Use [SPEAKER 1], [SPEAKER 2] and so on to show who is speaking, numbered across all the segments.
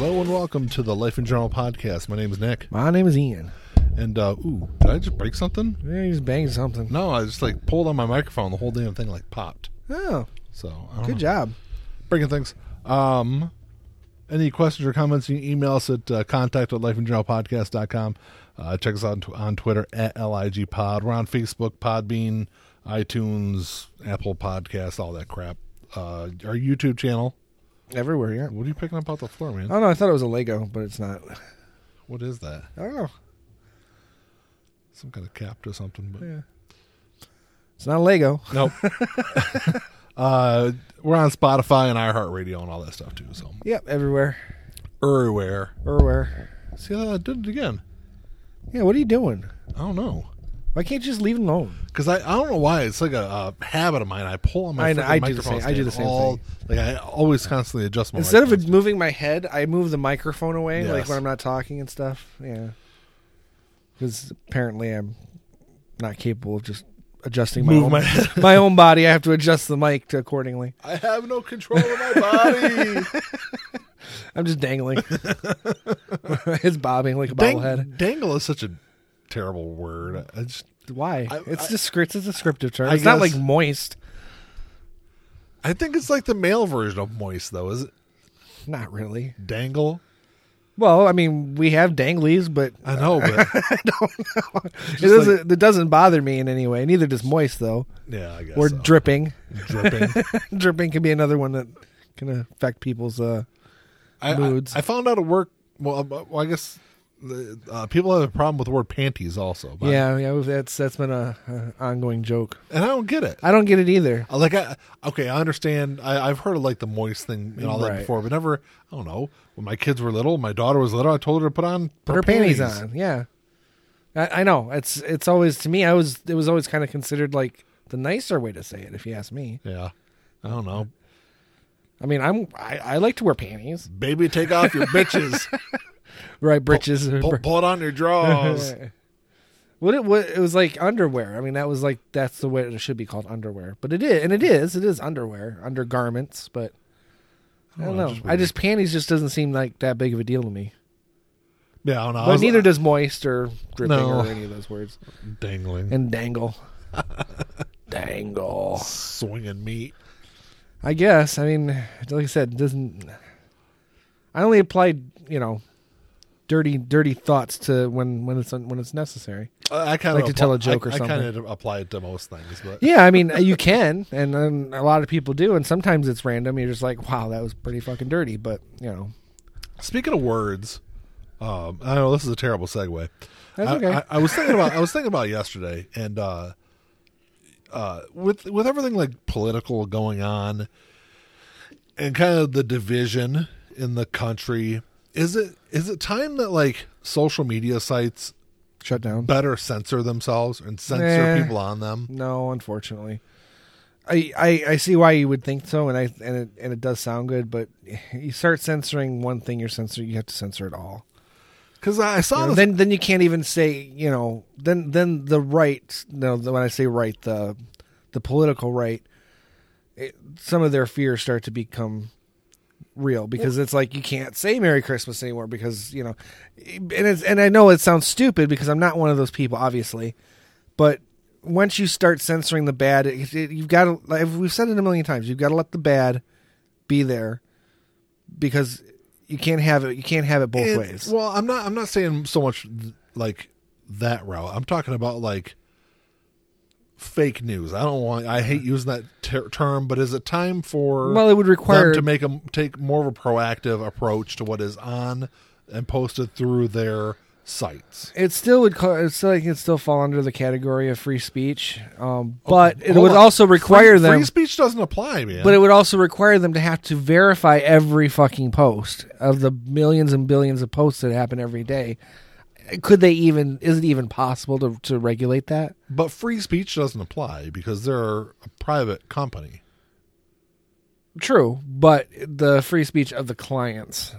[SPEAKER 1] welcome to the Life in General podcast. My name is Nick,
[SPEAKER 2] My name is Ian.
[SPEAKER 1] and uh, ooh, did I just break something?
[SPEAKER 2] Yeah, he was banging something.
[SPEAKER 1] No, I just like pulled on my microphone. The whole damn thing like popped.
[SPEAKER 2] Oh,
[SPEAKER 1] So I don't
[SPEAKER 2] good
[SPEAKER 1] know.
[SPEAKER 2] job.
[SPEAKER 1] breaking things. Um, any questions or comments, you can email us at uh, contact at lifeandjournalpodcast.com. Uh, check us out on, tw- on Twitter at LIG Pod. We're on Facebook, Podbean, iTunes, Apple Podcasts, all that crap. Uh, our YouTube channel.
[SPEAKER 2] Everywhere, yeah.
[SPEAKER 1] What are you picking up off the floor, man?
[SPEAKER 2] Oh no, I thought it was a Lego, but it's not.
[SPEAKER 1] What is that?
[SPEAKER 2] I don't know.
[SPEAKER 1] Some kind of cap or something. But
[SPEAKER 2] Yeah. It's not a Lego.
[SPEAKER 1] Nope. uh, we're on Spotify and iHeartRadio and all that stuff, too. So,
[SPEAKER 2] Yep, everywhere.
[SPEAKER 1] everywhere.
[SPEAKER 2] Everywhere.
[SPEAKER 1] See, I did it again.
[SPEAKER 2] Yeah, what are you doing?
[SPEAKER 1] I don't know.
[SPEAKER 2] Why can't you just leave it alone?
[SPEAKER 1] Because I, I don't know why it's like a, a habit of mine. I pull on my
[SPEAKER 2] I know,
[SPEAKER 1] freaking
[SPEAKER 2] I do the
[SPEAKER 1] microphone.
[SPEAKER 2] same- I do the
[SPEAKER 1] stand
[SPEAKER 2] same
[SPEAKER 1] all, Like I always constantly adjust my.
[SPEAKER 2] Instead of
[SPEAKER 1] microphone.
[SPEAKER 2] it moving my head, I move the microphone away, like
[SPEAKER 1] Oh, Yes.
[SPEAKER 2] when I'm not talking and stuff. Yeah. Because apparently I'm not capable of just adjusting my
[SPEAKER 1] Move
[SPEAKER 2] own,
[SPEAKER 1] my head.
[SPEAKER 2] my own body. I have to adjust the mic to accordingly.
[SPEAKER 1] I have no control of my body.
[SPEAKER 2] I'm just dangling. it's bobbing like a bobblehead.
[SPEAKER 1] Dang, dangle is such a terrible word. I just
[SPEAKER 2] Why?
[SPEAKER 1] I-
[SPEAKER 2] it's
[SPEAKER 1] I-
[SPEAKER 2] descriptive. It's a descriptive term.
[SPEAKER 1] I
[SPEAKER 2] it's not
[SPEAKER 1] guess-
[SPEAKER 2] like moist.
[SPEAKER 1] I think it's like the male version of moist though. Is it
[SPEAKER 2] Not really.
[SPEAKER 1] dangle?
[SPEAKER 2] Well, I mean, we have danglies, but
[SPEAKER 1] I know, but
[SPEAKER 2] it
[SPEAKER 1] Just like-
[SPEAKER 2] doesn't. it doesn't bother me in any way. Neither does moist, though.
[SPEAKER 1] yeah, I guess.
[SPEAKER 2] Or
[SPEAKER 1] so.
[SPEAKER 2] dripping.
[SPEAKER 1] dripping.
[SPEAKER 2] dripping can be another one that can affect people's. uh
[SPEAKER 1] I,
[SPEAKER 2] Moods.
[SPEAKER 1] I, I found out at work. Well, uh, well I guess the, uh, people have a problem with the word panties also. But,
[SPEAKER 2] Yeah, yeah. we've- That's that's been a, a ongoing joke.
[SPEAKER 1] and I don't get it.
[SPEAKER 2] I don't get it either.
[SPEAKER 1] Uh, Like I okay, I understand. I, I've heard of like the moist thing and all that
[SPEAKER 2] Right.
[SPEAKER 1] before, but never. I don't know. When my kids were little, my daughter was little. I told her to put on
[SPEAKER 2] Put her panties on. Yeah. I, I know. It's it's always to me. I was it was always kind of considered like the nicer way to say it, if you ask me.
[SPEAKER 1] Yeah, I don't know.
[SPEAKER 2] I mean, I'm I, I like to wear panties.
[SPEAKER 1] Baby, take off your bitches.
[SPEAKER 2] Right, britches.
[SPEAKER 1] pull, pull it on your drawers.
[SPEAKER 2] What it, what it was like underwear. I mean, that was like that's the way it should be called underwear. But it is, and it is, it is underwear, undergarments. But I don't
[SPEAKER 1] know,
[SPEAKER 2] know.
[SPEAKER 1] Oh, just
[SPEAKER 2] I just panties just doesn't seem like that big of a deal to me.
[SPEAKER 1] Yeah, I don't know. I
[SPEAKER 2] But
[SPEAKER 1] was- uh,
[SPEAKER 2] neither does moist or dripping
[SPEAKER 1] No.
[SPEAKER 2] or any of those words.
[SPEAKER 1] dangling,
[SPEAKER 2] And dangle, dangle.
[SPEAKER 1] swinging meat.
[SPEAKER 2] I guess. I mean, like I said, it doesn't. I only applied, you know, dirty, dirty thoughts to when when it's when it's necessary.
[SPEAKER 1] I, I kind
[SPEAKER 2] Like
[SPEAKER 1] of
[SPEAKER 2] to tell a joke
[SPEAKER 1] I,
[SPEAKER 2] or
[SPEAKER 1] I kind of apply it to most things, but
[SPEAKER 2] Yeah, I mean, you can, and, and a lot of people do, and sometimes it's random. You're just like, wow, that was pretty fucking dirty, but you know,
[SPEAKER 1] Speaking of words, um, I know this is a terrible segue.
[SPEAKER 2] That's
[SPEAKER 1] I-
[SPEAKER 2] okay.
[SPEAKER 1] I, I was thinking about I was thinking about yesterday, and uh, uh, with with everything like political going on, and kind of the division in the country, is it is it time that like social media sites
[SPEAKER 2] shut down.
[SPEAKER 1] better censor themselves and censor
[SPEAKER 2] Eh.
[SPEAKER 1] people on them?
[SPEAKER 2] no, unfortunately, I, I I see why you would think so, and I and it and it does sound good, but you start censoring one thing, you're censoring, you have to censor it all.
[SPEAKER 1] Because I
[SPEAKER 2] You
[SPEAKER 1] saw
[SPEAKER 2] know,
[SPEAKER 1] this.
[SPEAKER 2] then then you can't even say you know then then the right no the- when I say right the the political right it, some of their fears start to become real because it's like you can't say Merry Christmas anymore because you know and it's and I know it sounds stupid because I'm not one of those people obviously but once you start censoring the bad it, it, you've got to like we've said it a million times you've got to let the bad be there because you can't have it you can't have it both
[SPEAKER 1] It-
[SPEAKER 2] ways
[SPEAKER 1] Well, I'm not. I'm not saying so much th- like that route. I'm talking about like fake news. I don't want. I hate using that ter- term, but is it time for
[SPEAKER 2] Well, it would require
[SPEAKER 1] them to make a take more of a proactive approach to what is on and posted through their sites?
[SPEAKER 2] it still would. Call, it's still, it can still fall under the category of free speech, um, but it
[SPEAKER 1] Hold
[SPEAKER 2] would
[SPEAKER 1] on.
[SPEAKER 2] also require
[SPEAKER 1] free,
[SPEAKER 2] them.
[SPEAKER 1] Free speech doesn't apply, man.
[SPEAKER 2] but it would also require them to have to verify every fucking post of the millions and billions of posts that happen every day. Could they even? Is it even possible to to regulate that?
[SPEAKER 1] but free speech doesn't apply because they're a private company.
[SPEAKER 2] True, but the free speech of the clients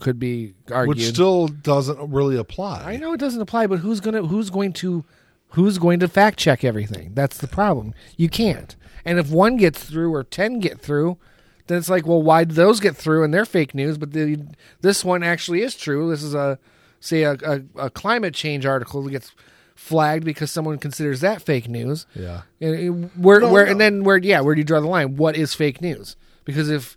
[SPEAKER 2] could be argued.
[SPEAKER 1] Which still doesn't really apply.
[SPEAKER 2] I know it doesn't apply, but who's gonna who's going to who's going to fact check everything? That's the problem. You can't. And if one gets through or ten get through, Then it's like, well, why did those get through and they're fake news, but the, this one actually is true. This is a say a, a, a climate change article that gets flagged because someone considers that fake news.
[SPEAKER 1] Yeah.
[SPEAKER 2] And it- where
[SPEAKER 1] No,
[SPEAKER 2] where
[SPEAKER 1] no.
[SPEAKER 2] and then where yeah, where do you draw the line? What is fake news? Because if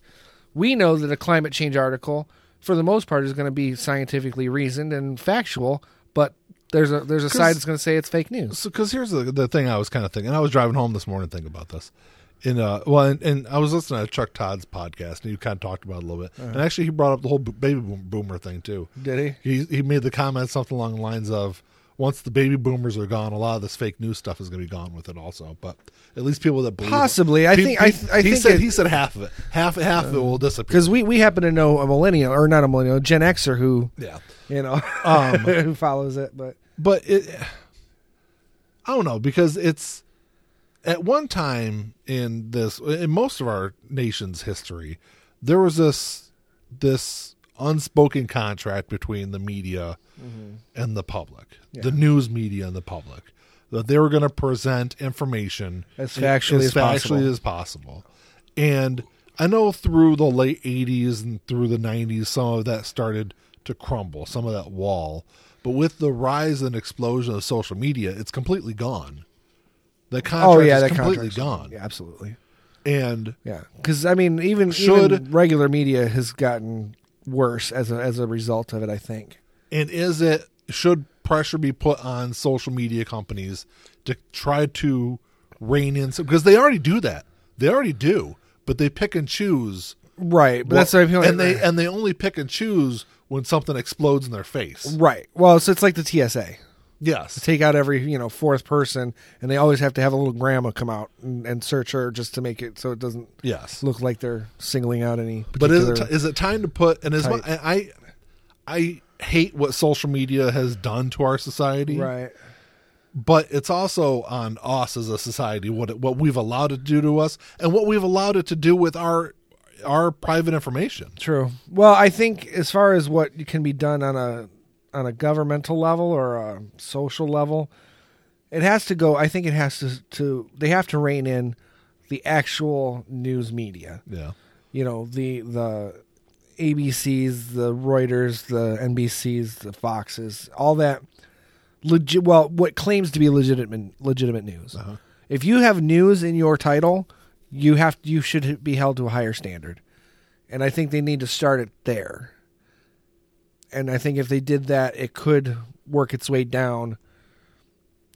[SPEAKER 2] we know that a climate change article for the most part is going to be scientifically reasoned and factual, but there's a there's a side that's going to say it's fake news.
[SPEAKER 1] So, because here's the, the thing I was kind of thinking. I was driving home this morning thinking about this. And, uh, well, and, and I was listening to Chuck Todd's podcast, and he kind of talked about it a little bit. And actually, he brought up the whole b- baby boom- boomer thing, too.
[SPEAKER 2] Did
[SPEAKER 1] He, he made the comment something along the lines of once the baby boomers are gone, a lot of this fake news stuff is going to be gone with it, also. But at least people that believe it-
[SPEAKER 2] Possibly. I
[SPEAKER 1] He-
[SPEAKER 2] think- I th- I
[SPEAKER 1] he
[SPEAKER 2] think
[SPEAKER 1] said
[SPEAKER 2] it- Uh,
[SPEAKER 1] he said half of it, half half of it will disappear.
[SPEAKER 2] Because we, we happen to know a millennial or not a millennial, a Gen Xer who
[SPEAKER 1] Yeah,
[SPEAKER 2] you know who follows it, but
[SPEAKER 1] but it i don't know because it's at one time in this in most of our nation's history there was this this unspoken contract between the media
[SPEAKER 2] Mm-hmm.
[SPEAKER 1] and the public the news media and the public that they were going to present information
[SPEAKER 2] As factually as possible.
[SPEAKER 1] factually as possible and i know through the late 80s and through the 90s some of that started to crumble some of that wall but with the rise and explosion of social media it's completely gone the contract
[SPEAKER 2] oh yeah,
[SPEAKER 1] is
[SPEAKER 2] that
[SPEAKER 1] completely
[SPEAKER 2] contract's-
[SPEAKER 1] gone
[SPEAKER 2] Yeah, absolutely.
[SPEAKER 1] and
[SPEAKER 2] Yeah, because I mean, even
[SPEAKER 1] Should-
[SPEAKER 2] even regular media has gotten worse as a, as a result of it. I think.
[SPEAKER 1] and is it should pressure be put on social media companies to try to rein in some because they already do that they already do but they pick and choose
[SPEAKER 2] Right, but that's
[SPEAKER 1] Well,
[SPEAKER 2] what I feel like.
[SPEAKER 1] and they and they only pick and choose when something explodes in their face.
[SPEAKER 2] right. Well, so it's like the TSA.
[SPEAKER 1] Yes,
[SPEAKER 2] Take out every you know fourth person, and they always have to have a little grandma come out and, and search her just to make it so it doesn't
[SPEAKER 1] yes.
[SPEAKER 2] look like they're singling out any.
[SPEAKER 1] But is
[SPEAKER 2] Particular,
[SPEAKER 1] it, ti- is it time to put and as
[SPEAKER 2] Type.
[SPEAKER 1] mu- I I hate what social media has done to our society,
[SPEAKER 2] right?
[SPEAKER 1] but it's also on us as a society what it, what we've allowed it to do to us and what we've allowed it to do with our our private information.
[SPEAKER 2] True. Well, I think as far as what can be done on a on a governmental level or a social level, it has to go. I think it has to to they have to rein in the actual news media.
[SPEAKER 1] Yeah.
[SPEAKER 2] You know the the ABCs, the Reuters, the NBCs, the Foxes, all that legit. Well, what claims to be legitimate legitimate news.
[SPEAKER 1] Uh-huh.
[SPEAKER 2] If you have news in your title, you have you should be held to a higher standard and I think they need to start it there. And I think if they did that, it could work its way down,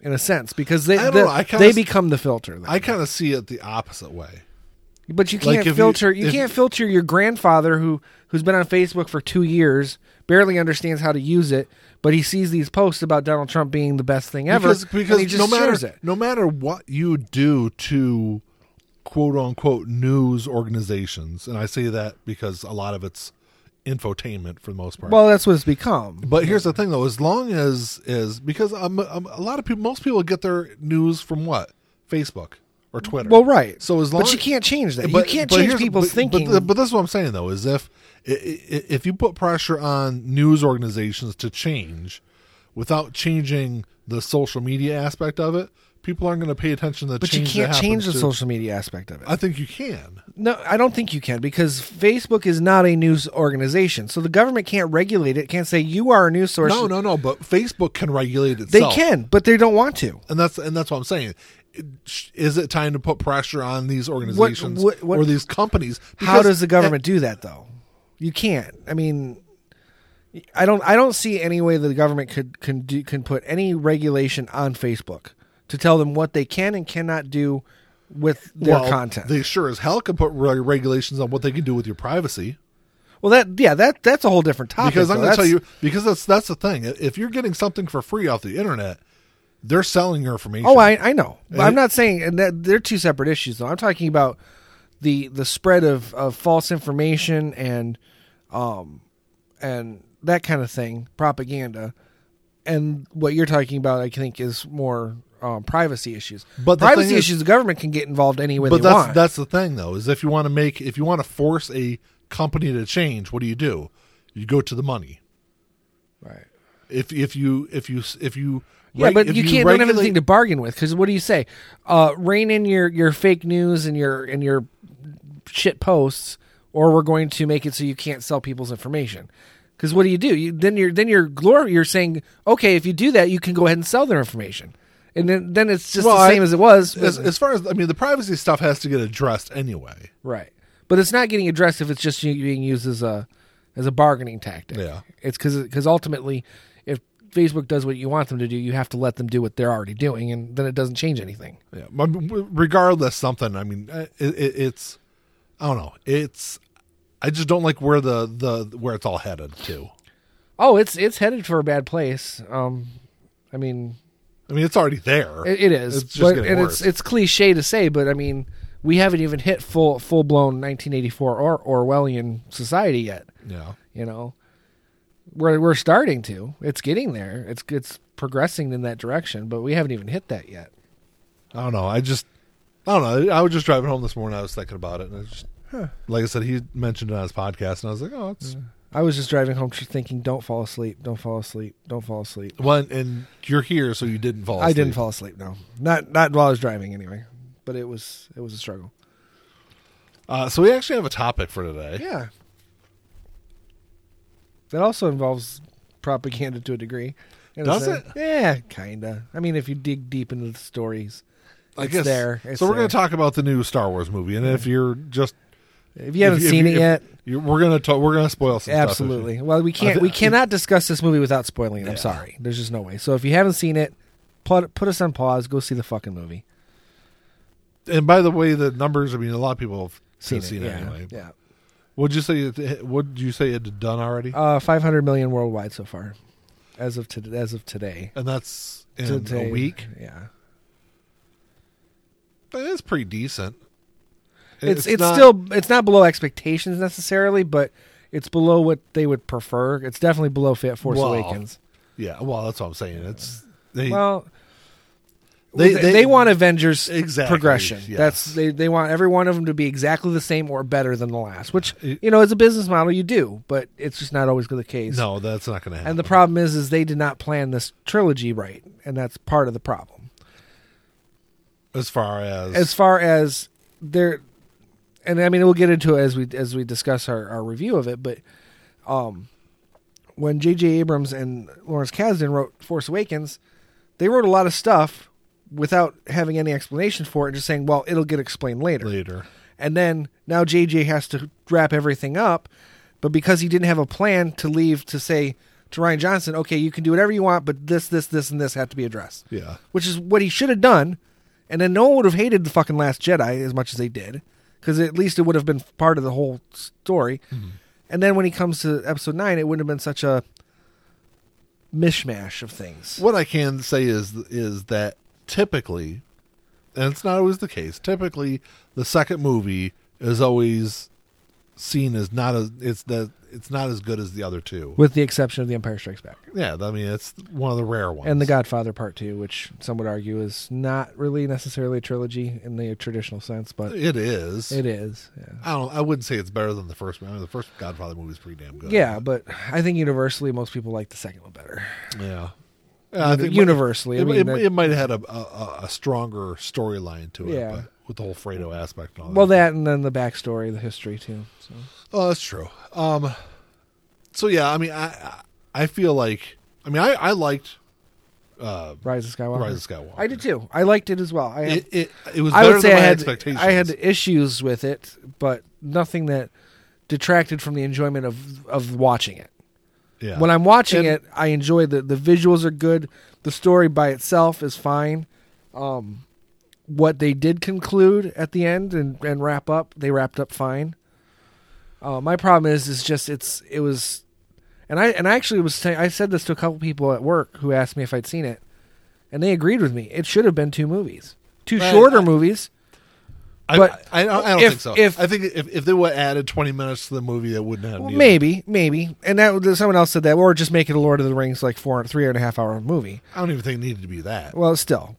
[SPEAKER 2] in a sense, because they
[SPEAKER 1] I don't
[SPEAKER 2] the-
[SPEAKER 1] know, I kinda
[SPEAKER 2] they
[SPEAKER 1] s-
[SPEAKER 2] become the filter. then.
[SPEAKER 1] I kind of see it the opposite way.
[SPEAKER 2] but you
[SPEAKER 1] like
[SPEAKER 2] can't
[SPEAKER 1] if you-
[SPEAKER 2] filter. You,
[SPEAKER 1] if-
[SPEAKER 2] can't filter your grandfather who who's been on Facebook for two years, barely understands how to use it, but he sees these posts about Donald Trump being the best thing ever,
[SPEAKER 1] because,
[SPEAKER 2] and
[SPEAKER 1] because
[SPEAKER 2] he just
[SPEAKER 1] no matter
[SPEAKER 2] shares it.
[SPEAKER 1] no matter what you do to quote unquote news organizations, and I say that because a lot of it's infotainment for the most part.
[SPEAKER 2] Well, that's what it's become.
[SPEAKER 1] but here's the thing though: as long as is because um um, a lot of people, most people get their news from what Facebook or Twitter.
[SPEAKER 2] Well, right.
[SPEAKER 1] So as long
[SPEAKER 2] but you can't change that.
[SPEAKER 1] but-
[SPEAKER 2] you can't
[SPEAKER 1] but
[SPEAKER 2] change
[SPEAKER 1] here's-
[SPEAKER 2] people's
[SPEAKER 1] but-
[SPEAKER 2] thinking.
[SPEAKER 1] But, th- but this is what I'm saying though: is if i- i- if you put pressure on news organizations to change without changing the social media aspect of it, people aren't going to pay attention to the
[SPEAKER 2] but you
[SPEAKER 1] change.
[SPEAKER 2] can't
[SPEAKER 1] that
[SPEAKER 2] change
[SPEAKER 1] happens
[SPEAKER 2] the
[SPEAKER 1] to-
[SPEAKER 2] social media aspect of it.
[SPEAKER 1] I think you can.
[SPEAKER 2] No, I don't think you can because Facebook is not a news organization. So the government can't regulate it, can't say you are a news source.
[SPEAKER 1] No, no, no. But Facebook can regulate
[SPEAKER 2] They
[SPEAKER 1] itself.
[SPEAKER 2] can, but they don't want to.
[SPEAKER 1] and that's and that's what I'm saying. It- sh- Is it time to put pressure on these organizations
[SPEAKER 2] what- what-
[SPEAKER 1] or these companies?
[SPEAKER 2] How
[SPEAKER 1] Because-
[SPEAKER 2] does the government do that though? You can't. I mean I don't I don't see any way that the government could can do, can put any regulation on Facebook to tell them what they can and cannot do with their
[SPEAKER 1] well,
[SPEAKER 2] content.
[SPEAKER 1] They sure as hell can put re- regulations on what they can do with your privacy.
[SPEAKER 2] well that yeah, that that's a whole different topic.
[SPEAKER 1] because I'm
[SPEAKER 2] though.
[SPEAKER 1] going to tell
[SPEAKER 2] That's-
[SPEAKER 1] you because that's that's the thing. If you're getting something for free off the internet, they're selling your information.
[SPEAKER 2] Oh, I, I know. But I'm
[SPEAKER 1] it-
[SPEAKER 2] not saying and that they're two separate issues though. I'm talking about the the spread of, of false information and um and that kind of thing, propaganda. And what you're talking about, I think, is more um, privacy issues.
[SPEAKER 1] But the
[SPEAKER 2] privacy
[SPEAKER 1] thing is-
[SPEAKER 2] issues, the government can get involved any way
[SPEAKER 1] but
[SPEAKER 2] they
[SPEAKER 1] that's
[SPEAKER 2] want.
[SPEAKER 1] that's the thing though is if you want to make if you want to force a company to change, what do you do? You go to the money.
[SPEAKER 2] right.
[SPEAKER 1] If if you if you if you
[SPEAKER 2] Yeah,
[SPEAKER 1] reg-
[SPEAKER 2] but
[SPEAKER 1] if
[SPEAKER 2] you can't don't have
[SPEAKER 1] regulate-
[SPEAKER 2] anything to bargain with because what do you say? Uh, rein in your, your fake news and your and your shit posts, or we're going to make it so you can't sell people's information. Because what do you do? You, then you're then you're glor- you're saying okay, if you do that, you can go ahead and sell their information, and then then it's just
[SPEAKER 1] Well,
[SPEAKER 2] the
[SPEAKER 1] I-
[SPEAKER 2] same as it was.
[SPEAKER 1] As, as far as I mean, the privacy stuff has to get addressed anyway.
[SPEAKER 2] Right. But it's not getting addressed if it's just u- being used as a as a bargaining tactic.
[SPEAKER 1] Yeah.
[SPEAKER 2] It's cuz cuz ultimately if Facebook does what you want them to do, you have to let them do what they're already doing and then it doesn't change anything.
[SPEAKER 1] Yeah, but regardless, something. I mean, uh, it, it, it's I don't know. It's I just don't like where the the where it's all headed to.
[SPEAKER 2] Oh, it's it's headed for a bad place. Um I mean,
[SPEAKER 1] I mean, it's already there.
[SPEAKER 2] it, it is.
[SPEAKER 1] It's just
[SPEAKER 2] but,
[SPEAKER 1] getting
[SPEAKER 2] and
[SPEAKER 1] worse.
[SPEAKER 2] it's it's cliché to say, but I mean, we haven't even hit full full blown 1984 or Orwellian society yet.
[SPEAKER 1] yeah.
[SPEAKER 2] you know we're we're starting to it's getting there it's it's progressing in that direction but we haven't even hit that yet
[SPEAKER 1] I don't know. I just, I don't know. I was just driving home this morning. I was thinking about it, and I just, like I said, he mentioned it on his podcast, and I was like, oh, it's
[SPEAKER 2] i was just driving home just thinking don't fall asleep don't fall asleep don't fall asleep
[SPEAKER 1] well, and- and you're here, so you didn't fall. Asleep.
[SPEAKER 2] i didn't fall asleep no not not while i was driving anyway but it was it was a struggle
[SPEAKER 1] Uh, so we actually have a topic for today.
[SPEAKER 2] yeah that also involves propaganda to a degree And it's
[SPEAKER 1] Does
[SPEAKER 2] a-
[SPEAKER 1] it?
[SPEAKER 2] yeah kinda i mean if you dig deep into the stories
[SPEAKER 1] I
[SPEAKER 2] it's
[SPEAKER 1] guess
[SPEAKER 2] there it's
[SPEAKER 1] so we're
[SPEAKER 2] there.
[SPEAKER 1] going to talk about the new Star Wars movie, and if you're just
[SPEAKER 2] if you haven't
[SPEAKER 1] if you- if
[SPEAKER 2] seen
[SPEAKER 1] you-
[SPEAKER 2] it
[SPEAKER 1] if
[SPEAKER 2] yet
[SPEAKER 1] you we're going to talk. We're going to spoil some. stuff if you-
[SPEAKER 2] Absolutely. Well, we can't.
[SPEAKER 1] thi-
[SPEAKER 2] we cannot discuss this movie without spoiling it. I'm
[SPEAKER 1] Yeah.
[SPEAKER 2] sorry. There's just no way. So if you haven't seen it, put put us on pause. Go see the fucking movie.
[SPEAKER 1] and by the way, the numbers. I mean, a lot of people have
[SPEAKER 2] Seen
[SPEAKER 1] seen,
[SPEAKER 2] it.
[SPEAKER 1] it
[SPEAKER 2] yeah.
[SPEAKER 1] anyway.
[SPEAKER 2] Yeah.
[SPEAKER 1] Would you say? It, would you say it had done already?
[SPEAKER 2] Uh, 500 million worldwide so far, as of to, as of today.
[SPEAKER 1] and that's in
[SPEAKER 2] today.
[SPEAKER 1] a week.
[SPEAKER 2] Yeah.
[SPEAKER 1] That's pretty decent.
[SPEAKER 2] It's it's,
[SPEAKER 1] not-
[SPEAKER 2] still it's not below expectations necessarily, but it's below what they would prefer. It's definitely below Fa- Force
[SPEAKER 1] Well,
[SPEAKER 2] Awakens.
[SPEAKER 1] Yeah, well, that's what I'm saying. It's they,
[SPEAKER 2] Well.
[SPEAKER 1] They-
[SPEAKER 2] They,
[SPEAKER 1] they-
[SPEAKER 2] they, want Avengers
[SPEAKER 1] Exactly,
[SPEAKER 2] progression.
[SPEAKER 1] yes.
[SPEAKER 2] That's they, they want every one of them to be exactly the same or better than the last, which
[SPEAKER 1] Uh, It-
[SPEAKER 2] you know as a business model you do, but it's just not always the case.
[SPEAKER 1] no, that's not going to happen.
[SPEAKER 2] And the problem is, is they did not plan this trilogy right, and that's part of the problem.
[SPEAKER 1] as far as,
[SPEAKER 2] As far as there, and I mean we'll get into it as we as we discuss our, our review of it, but um, when J.J. Abrams and Lawrence Kasdan wrote Force Awakens, they wrote a lot of stuff without having any explanation for it, just saying, "Well, it'll get explained later."
[SPEAKER 1] later,
[SPEAKER 2] And then now JJ has to wrap everything up, but because he didn't have a plan to leave to say to Ryan Johnson, okay, you can do whatever you want, but this, this, this, and this have to be addressed.
[SPEAKER 1] yeah,
[SPEAKER 2] Which is what he should have done. And then no one would have hated the fucking Last Jedi as much as they did, because at least it would have been part of the whole story. And then when he comes to episode nine, it wouldn't have been such a mishmash of things.
[SPEAKER 1] what I can say is is that typically, and it's not always the case. Typically, the second movie is always seen as not as it's the it's not as good as the other two.
[SPEAKER 2] With the exception of The Empire Strikes Back.
[SPEAKER 1] Yeah, I mean it's one of the rare ones.
[SPEAKER 2] and The Godfather Part Two, which some would argue is not really necessarily a trilogy in the traditional sense, but
[SPEAKER 1] it is.
[SPEAKER 2] it is. Yeah,
[SPEAKER 1] I don't. I wouldn't say it's better than the first one. I mean, the first Godfather movie is pretty damn good.
[SPEAKER 2] yeah but I think universally most people like the second one better.
[SPEAKER 1] yeah. Yeah, I think
[SPEAKER 2] universally, I
[SPEAKER 1] It,
[SPEAKER 2] mean,
[SPEAKER 1] it,
[SPEAKER 2] that-
[SPEAKER 1] it might have had a, a, a stronger storyline to it,
[SPEAKER 2] Yeah.
[SPEAKER 1] but with the whole Fredo aspect and all
[SPEAKER 2] well,
[SPEAKER 1] that.
[SPEAKER 2] that and then the backstory, the history too. So
[SPEAKER 1] Oh, that's true. Um, so yeah, I mean, I I I feel like I mean, I I liked uh,
[SPEAKER 2] Rise of Skywalker.
[SPEAKER 1] Rise of Skywalker.
[SPEAKER 2] I did too. I liked it as well. I,
[SPEAKER 1] It it, it was
[SPEAKER 2] I
[SPEAKER 1] better
[SPEAKER 2] would say
[SPEAKER 1] than
[SPEAKER 2] I
[SPEAKER 1] my
[SPEAKER 2] had
[SPEAKER 1] expectations.
[SPEAKER 2] I had issues with it, but nothing that detracted from the enjoyment of of watching it.
[SPEAKER 1] yeah.
[SPEAKER 2] when I'm watching
[SPEAKER 1] And-
[SPEAKER 2] it, I enjoy the the visuals are good. The story by itself is fine. Um, what they did conclude at the end and, and wrap up, they wrapped up fine. Uh, my problem is is just it's it was, and I and I actually was saying I said this to a couple people at work who asked me if I'd seen it, and they agreed with me. It should have been two movies, two
[SPEAKER 1] Right,
[SPEAKER 2] shorter
[SPEAKER 1] I-
[SPEAKER 2] movies.
[SPEAKER 1] I,
[SPEAKER 2] but
[SPEAKER 1] I, I don't, I don't
[SPEAKER 2] if-
[SPEAKER 1] think so.
[SPEAKER 2] if-
[SPEAKER 1] I think if, if they would have added twenty minutes to the movie, that wouldn't have.
[SPEAKER 2] Well,
[SPEAKER 1] needed-
[SPEAKER 2] maybe, maybe, and that someone else said that, or just make it a Lord of the Rings like four, three and a half hour movie.
[SPEAKER 1] I don't even think it needed to be that.
[SPEAKER 2] Well, still,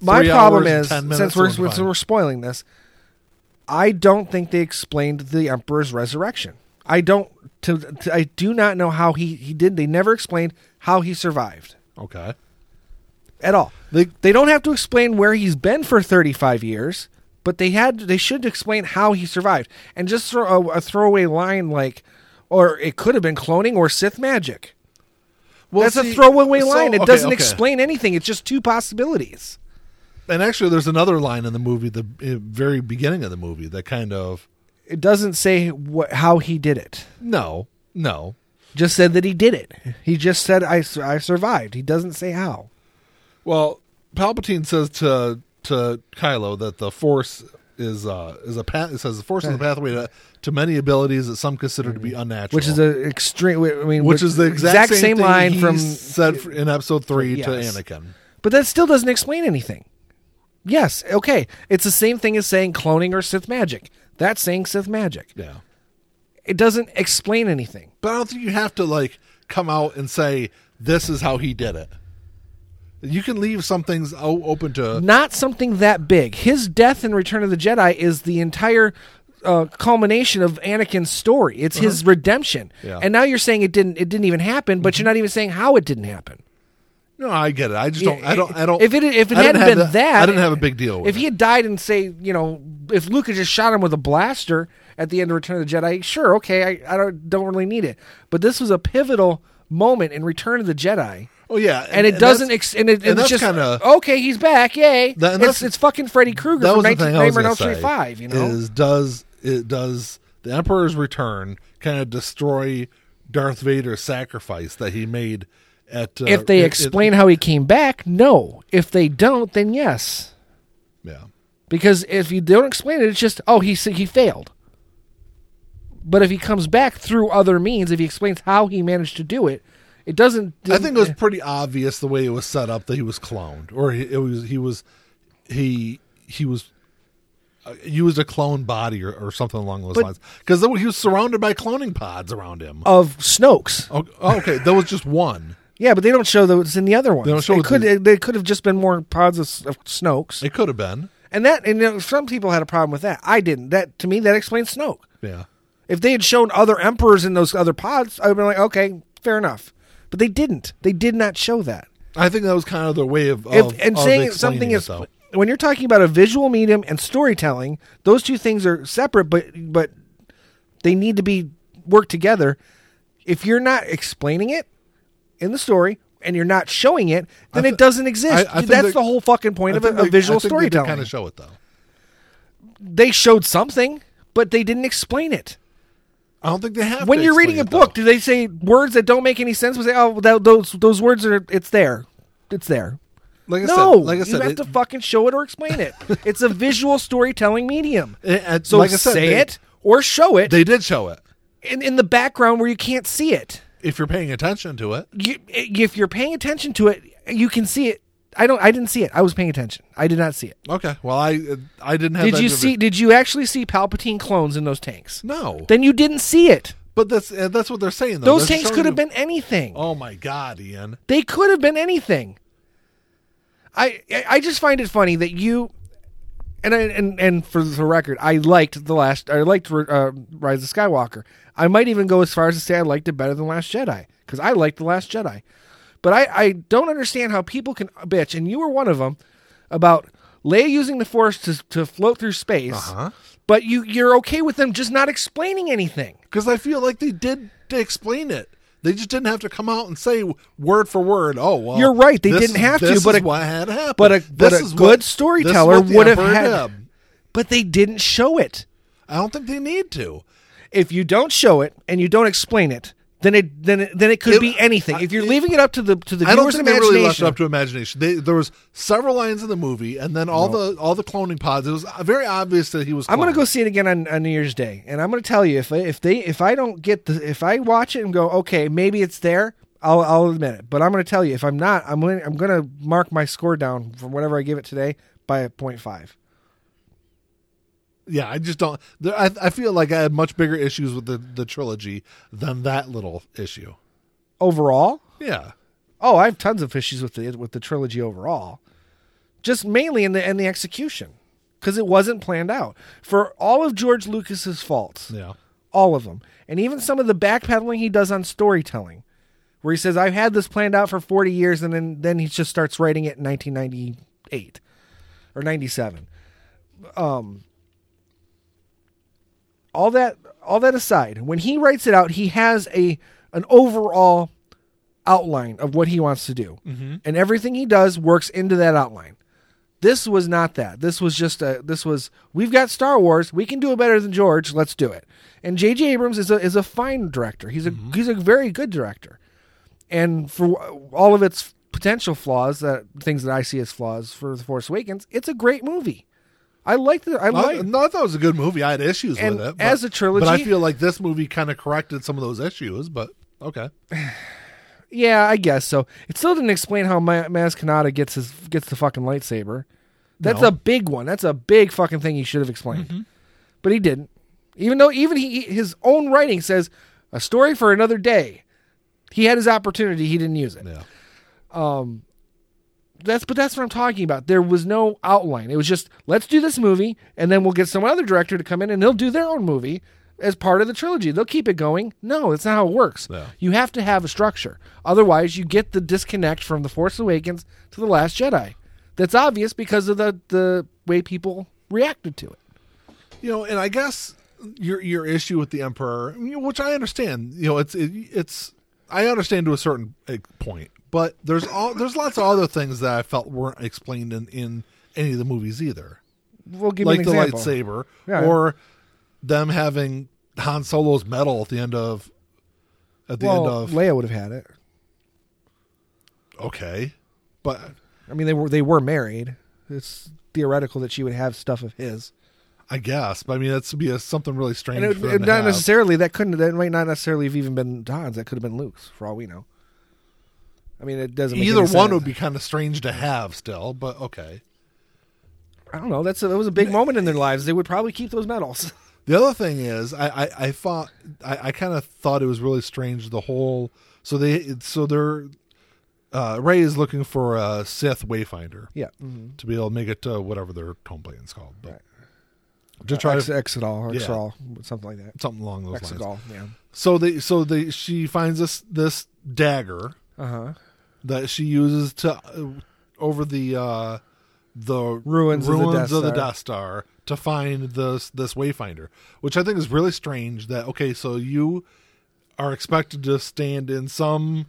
[SPEAKER 2] my
[SPEAKER 1] Three
[SPEAKER 2] problem
[SPEAKER 1] hours and
[SPEAKER 2] is
[SPEAKER 1] 10 minutes
[SPEAKER 2] since we're
[SPEAKER 1] would be
[SPEAKER 2] since
[SPEAKER 1] fine.
[SPEAKER 2] we're spoiling this, I don't think they explained the Emperor's resurrection. I don't. To, to- I do not know how he he did. They never explained how he survived
[SPEAKER 1] Okay.
[SPEAKER 2] at all.
[SPEAKER 1] They
[SPEAKER 2] They don't have to explain where he's been for thirty five years, but they had they should explain how he survived and just throw a, a throwaway line like, or it could have been cloning or Sith magic.
[SPEAKER 1] Well,
[SPEAKER 2] That's
[SPEAKER 1] see,
[SPEAKER 2] a throwaway
[SPEAKER 1] so-
[SPEAKER 2] line. It
[SPEAKER 1] okay,
[SPEAKER 2] doesn't
[SPEAKER 1] okay.
[SPEAKER 2] explain anything. It's just two possibilities.
[SPEAKER 1] And actually, there's another line in the movie, the uh, very beginning of the movie, that kind of
[SPEAKER 2] It doesn't say what, how he did it.
[SPEAKER 1] no, no,
[SPEAKER 2] Just said that he did it. He just said I, su- I survived. He doesn't say how.
[SPEAKER 1] Well, Palpatine says to to Kylo that the Force is uh is a path. It says the Force is a pathway to, to many abilities that some consider to be unnatural.
[SPEAKER 2] Which is a extreme. I mean,
[SPEAKER 1] which is the exact,
[SPEAKER 2] same,
[SPEAKER 1] thing
[SPEAKER 2] line
[SPEAKER 1] he
[SPEAKER 2] from.
[SPEAKER 1] said f- in Episode Three to
[SPEAKER 2] Yes.
[SPEAKER 1] Anakin.
[SPEAKER 2] But that still doesn't explain anything. Yes, okay. It's the same thing as saying cloning or Sith magic. That's saying Sith magic.
[SPEAKER 1] Yeah,
[SPEAKER 2] It doesn't explain anything.
[SPEAKER 1] but I don't think you have to like come out and say this is how he did it. You can leave some things o- open to
[SPEAKER 2] Not something that big. His death in Return of the Jedi is the entire uh, culmination of Anakin's story. It's his redemption.
[SPEAKER 1] Uh-huh. Yeah.
[SPEAKER 2] And now you're saying it didn't. It didn't even happen. But you're not even saying how it didn't happen.
[SPEAKER 1] no. I get it. I just don't. I don't. I don't.
[SPEAKER 2] If it if it
[SPEAKER 1] I didn't
[SPEAKER 2] hadn't
[SPEAKER 1] have
[SPEAKER 2] been
[SPEAKER 1] the-
[SPEAKER 2] that,
[SPEAKER 1] I didn't have a big deal. With
[SPEAKER 2] If he had died and say, you know, if Luke had just shot him with a blaster at the end of Return of the Jedi, sure, okay, I, I don't don't really need it. But this was a pivotal moment in Return of the Jedi.
[SPEAKER 1] oh yeah,
[SPEAKER 2] And, it
[SPEAKER 1] that's-
[SPEAKER 2] doesn't, ex- and, it,
[SPEAKER 1] and
[SPEAKER 2] it's
[SPEAKER 1] that's
[SPEAKER 2] just
[SPEAKER 1] kinda-
[SPEAKER 2] okay. He's back, yay!
[SPEAKER 1] That- and
[SPEAKER 2] it's,
[SPEAKER 1] that's-
[SPEAKER 2] it's fucking Freddy Krueger
[SPEAKER 1] that
[SPEAKER 2] from
[SPEAKER 1] was the thing
[SPEAKER 2] 19
[SPEAKER 1] I was
[SPEAKER 2] Kramer
[SPEAKER 1] going to say.
[SPEAKER 2] 035, You know,
[SPEAKER 1] is uh, does it does the Emperor's return kind of destroy Darth Vader's sacrifice that he made at? Uh,
[SPEAKER 2] if they
[SPEAKER 1] it- it-
[SPEAKER 2] explain how he came back, no. If they don't, then yes,
[SPEAKER 1] yeah,
[SPEAKER 2] because if you don't explain it, it's just oh he he failed. But if he comes back through other means, if he explains how he managed to do it, it doesn't.
[SPEAKER 1] I think it was pretty obvious the way it was set up that he was cloned, or he, it was he was he he was. uh, Used a clone body or, or something along those
[SPEAKER 2] But-
[SPEAKER 1] lines because he was surrounded by cloning pods around him.
[SPEAKER 2] uh, of Snoke's.
[SPEAKER 1] Oh, oh, okay, there was just one.
[SPEAKER 2] Yeah, but they don't show that it's in the other one. They
[SPEAKER 1] don't show
[SPEAKER 2] It
[SPEAKER 1] it
[SPEAKER 2] could
[SPEAKER 1] the-
[SPEAKER 2] they could have just been more pods of, of Snoke's,
[SPEAKER 1] It could have been,
[SPEAKER 2] and that and you know, some people had a problem with that. I didn't. That to me that explains Snoke.
[SPEAKER 1] yeah.
[SPEAKER 2] If they had shown other emperors in those other pods, I'd been like, okay, fair enough. But they didn't. They did not show that.
[SPEAKER 1] I think that was kind of their way of,
[SPEAKER 2] if,
[SPEAKER 1] of
[SPEAKER 2] and
[SPEAKER 1] of
[SPEAKER 2] saying
[SPEAKER 1] explaining
[SPEAKER 2] something
[SPEAKER 1] it,
[SPEAKER 2] is
[SPEAKER 1] though.
[SPEAKER 2] when you're talking about a visual medium and storytelling, those two things are separate, but but they need to be worked together. If you're not explaining it in the story and you're not showing it, then
[SPEAKER 1] I thi-
[SPEAKER 2] it doesn't exist.
[SPEAKER 1] I- I think
[SPEAKER 2] That's
[SPEAKER 1] they-
[SPEAKER 2] the whole fucking point of a, a visual storytelling.
[SPEAKER 1] Kind of show it though.
[SPEAKER 2] they showed something, but they didn't explain it.
[SPEAKER 1] I don't think they have.
[SPEAKER 2] when
[SPEAKER 1] to
[SPEAKER 2] you're reading a
[SPEAKER 1] explain it,
[SPEAKER 2] book, do they say words that don't make any sense? We say, oh, well, tho- those those words are it's there, it's there.
[SPEAKER 1] though. Like I
[SPEAKER 2] no,
[SPEAKER 1] said, like I
[SPEAKER 2] you
[SPEAKER 1] said,
[SPEAKER 2] have
[SPEAKER 1] it-
[SPEAKER 2] to fucking show it or explain it. it's a visual storytelling medium.
[SPEAKER 1] it- it-
[SPEAKER 2] So
[SPEAKER 1] like I said,
[SPEAKER 2] say
[SPEAKER 1] they-
[SPEAKER 2] it or show it
[SPEAKER 1] They did show it.
[SPEAKER 2] in, in the background where you can't see it.
[SPEAKER 1] If you're paying attention to it,
[SPEAKER 2] You, if you're paying attention to it, you can see it. I don't. I didn't see it. I was paying attention. I did not see it.
[SPEAKER 1] okay. Well, I I didn't have.
[SPEAKER 2] Did
[SPEAKER 1] that
[SPEAKER 2] you
[SPEAKER 1] vivid-
[SPEAKER 2] see? Did you actually see Palpatine clones in those tanks?
[SPEAKER 1] No,
[SPEAKER 2] Then you didn't see it.
[SPEAKER 1] but that's uh, that's what they're saying. Though.
[SPEAKER 2] Those
[SPEAKER 1] They're
[SPEAKER 2] tanks
[SPEAKER 1] showing
[SPEAKER 2] could have
[SPEAKER 1] you-
[SPEAKER 2] been anything.
[SPEAKER 1] Oh my God, Ian!
[SPEAKER 2] They could have been anything. I I- I just find it funny that you, and I, and and for the record, I liked the last. I liked uh, Rise of Skywalker. I might even go as far as to say I liked it better than Last Jedi because I liked the Last Jedi. But I I don't understand how people can bitch, and you were one of them, about Leia using the Force to to float through space.
[SPEAKER 1] Uh-huh.
[SPEAKER 2] But you you're okay with them just not explaining anything.
[SPEAKER 1] Because I feel like they did to explain it. They just didn't have to come out and say word for word. Oh well,
[SPEAKER 2] You're right, they
[SPEAKER 1] this
[SPEAKER 2] didn't
[SPEAKER 1] is-
[SPEAKER 2] have to,
[SPEAKER 1] this
[SPEAKER 2] but
[SPEAKER 1] is
[SPEAKER 2] a-
[SPEAKER 1] what had happened.
[SPEAKER 2] but a- but
[SPEAKER 1] This
[SPEAKER 2] a
[SPEAKER 1] is
[SPEAKER 2] good
[SPEAKER 1] what- this is
[SPEAKER 2] storyteller
[SPEAKER 1] what the
[SPEAKER 2] would have
[SPEAKER 1] Emperor
[SPEAKER 2] had-
[SPEAKER 1] did.
[SPEAKER 2] But they didn't show it.
[SPEAKER 1] I don't think they need to.
[SPEAKER 2] if you don't show it and you don't explain it, then it then it, then it could
[SPEAKER 1] It-
[SPEAKER 2] be anything.
[SPEAKER 1] I-
[SPEAKER 2] If you're
[SPEAKER 1] it-
[SPEAKER 2] leaving it up to the to the
[SPEAKER 1] I don't
[SPEAKER 2] viewer's
[SPEAKER 1] think they really left
[SPEAKER 2] imagination,
[SPEAKER 1] it up to imagination. They, there was several lines in the movie, and then all the all the cloning pods. It was very obvious that he was.
[SPEAKER 2] I'm gonna
[SPEAKER 1] cloned.
[SPEAKER 2] go see it again on, on New Year's Day, and I'm gonna tell you if I- if they if I don't get the if I watch it and go okay maybe it's there. I'll, I'll admit it, but I'm going to tell you if I'm not, I'm going to, I'm going to mark my score down from whatever I give it today by a point five.
[SPEAKER 1] Yeah, I just don't. There, I I feel like I had much bigger issues with the the trilogy than that little issue.
[SPEAKER 2] overall.
[SPEAKER 1] Yeah,
[SPEAKER 2] Oh, I have tons of issues with the with the trilogy overall, just mainly in the in the execution because it wasn't planned out. For all of George Lucas's faults,
[SPEAKER 1] yeah.
[SPEAKER 2] all of them, and even some of the backpedaling he does on storytelling, where he says, "I've had this planned out for forty years," and then then he just starts writing it in nineteen ninety eight or ninety seven. um all that all that aside, when he writes it out, he has a an overall outline of what he wants to do. And everything he does works into that outline. This was not that. This was just a this was we've got Star Wars, we can do it better than George, let's do it. And JJ Abrams is a is a fine director. He's a he's a very good director. And for all of its potential flaws, that things that I see as flaws for The Force Awakens, it's a great movie. I like the I
[SPEAKER 1] I,
[SPEAKER 2] like
[SPEAKER 1] no, I thought it was a good movie. I had issues
[SPEAKER 2] And
[SPEAKER 1] with it.
[SPEAKER 2] as a trilogy-
[SPEAKER 1] But I feel like this movie kind of corrected some of those issues, but okay.
[SPEAKER 2] Yeah, I guess so. It still didn't explain how Ma- Maz Kanata gets his gets the fucking lightsaber. That's
[SPEAKER 1] No.
[SPEAKER 2] a big one. That's a big fucking thing he should have explained, but he didn't. Even though even he his own writing says a story for another day. He had his opportunity. He didn't use it.
[SPEAKER 1] Yeah.
[SPEAKER 2] That's but that's what I'm talking about. There was no outline. It was just let's do this movie, and then we'll get some other director to come in, and they'll do their own movie as part of the trilogy. They'll keep it going. No, that's not how it works.
[SPEAKER 1] No.
[SPEAKER 2] You have to have a structure. Otherwise, you get the disconnect from the Force Awakens to the Last Jedi. That's obvious because of the the way people reacted to it.
[SPEAKER 1] You know, and I guess your your issue with the emperor, you know, which I understand, you know, it's it, it's I understand to a certain eh, point, but there's all there's lots of other things that I felt weren't explained in in any of the movies either,
[SPEAKER 2] We'll give
[SPEAKER 1] like
[SPEAKER 2] you
[SPEAKER 1] the
[SPEAKER 2] an example.
[SPEAKER 1] lightsaber
[SPEAKER 2] Yeah.
[SPEAKER 1] or them having Han Solo's medal at the end of at the end
[SPEAKER 2] Well,
[SPEAKER 1] of
[SPEAKER 2] Leia would have had it.
[SPEAKER 1] okay, but
[SPEAKER 2] I mean, they were they were married. It's theoretical that she would have stuff of his.
[SPEAKER 1] I guess, but I mean that's be a, something really strange.
[SPEAKER 2] And it,
[SPEAKER 1] for them
[SPEAKER 2] it
[SPEAKER 1] to
[SPEAKER 2] not
[SPEAKER 1] have.
[SPEAKER 2] necessarily that couldn't that might not necessarily have even been Don's. That could have been Luke's, for all we know. I mean, it doesn't. Make
[SPEAKER 1] Either
[SPEAKER 2] any
[SPEAKER 1] one
[SPEAKER 2] sense.
[SPEAKER 1] would be kind of strange to have still, but okay.
[SPEAKER 2] I don't know. That's a, that was a big moment in their lives. They would probably keep those medals.
[SPEAKER 1] The other thing is, I I, I thought I, I kind of thought it was really strange the whole. So they so they're uh, Ray is looking for a Sith Wayfinder
[SPEAKER 2] yeah.
[SPEAKER 1] to be able to make it to whatever their home planet's called, but to
[SPEAKER 2] To
[SPEAKER 1] try
[SPEAKER 2] try
[SPEAKER 1] to-
[SPEAKER 2] Ex- Exegol or
[SPEAKER 1] Yeah.
[SPEAKER 2] Exegol, something like that.
[SPEAKER 1] something along those lines.
[SPEAKER 2] Exegol. Yeah.
[SPEAKER 1] So they so they she finds this this dagger
[SPEAKER 2] Uh
[SPEAKER 1] Uh-huh.
[SPEAKER 2] huh.
[SPEAKER 1] that she uses to uh, over the uh, the
[SPEAKER 2] Ruins of the Death
[SPEAKER 1] of the
[SPEAKER 2] Star.
[SPEAKER 1] Death Star to find this this wayfinder, which I think is really strange. That okay, so you are expected to stand in some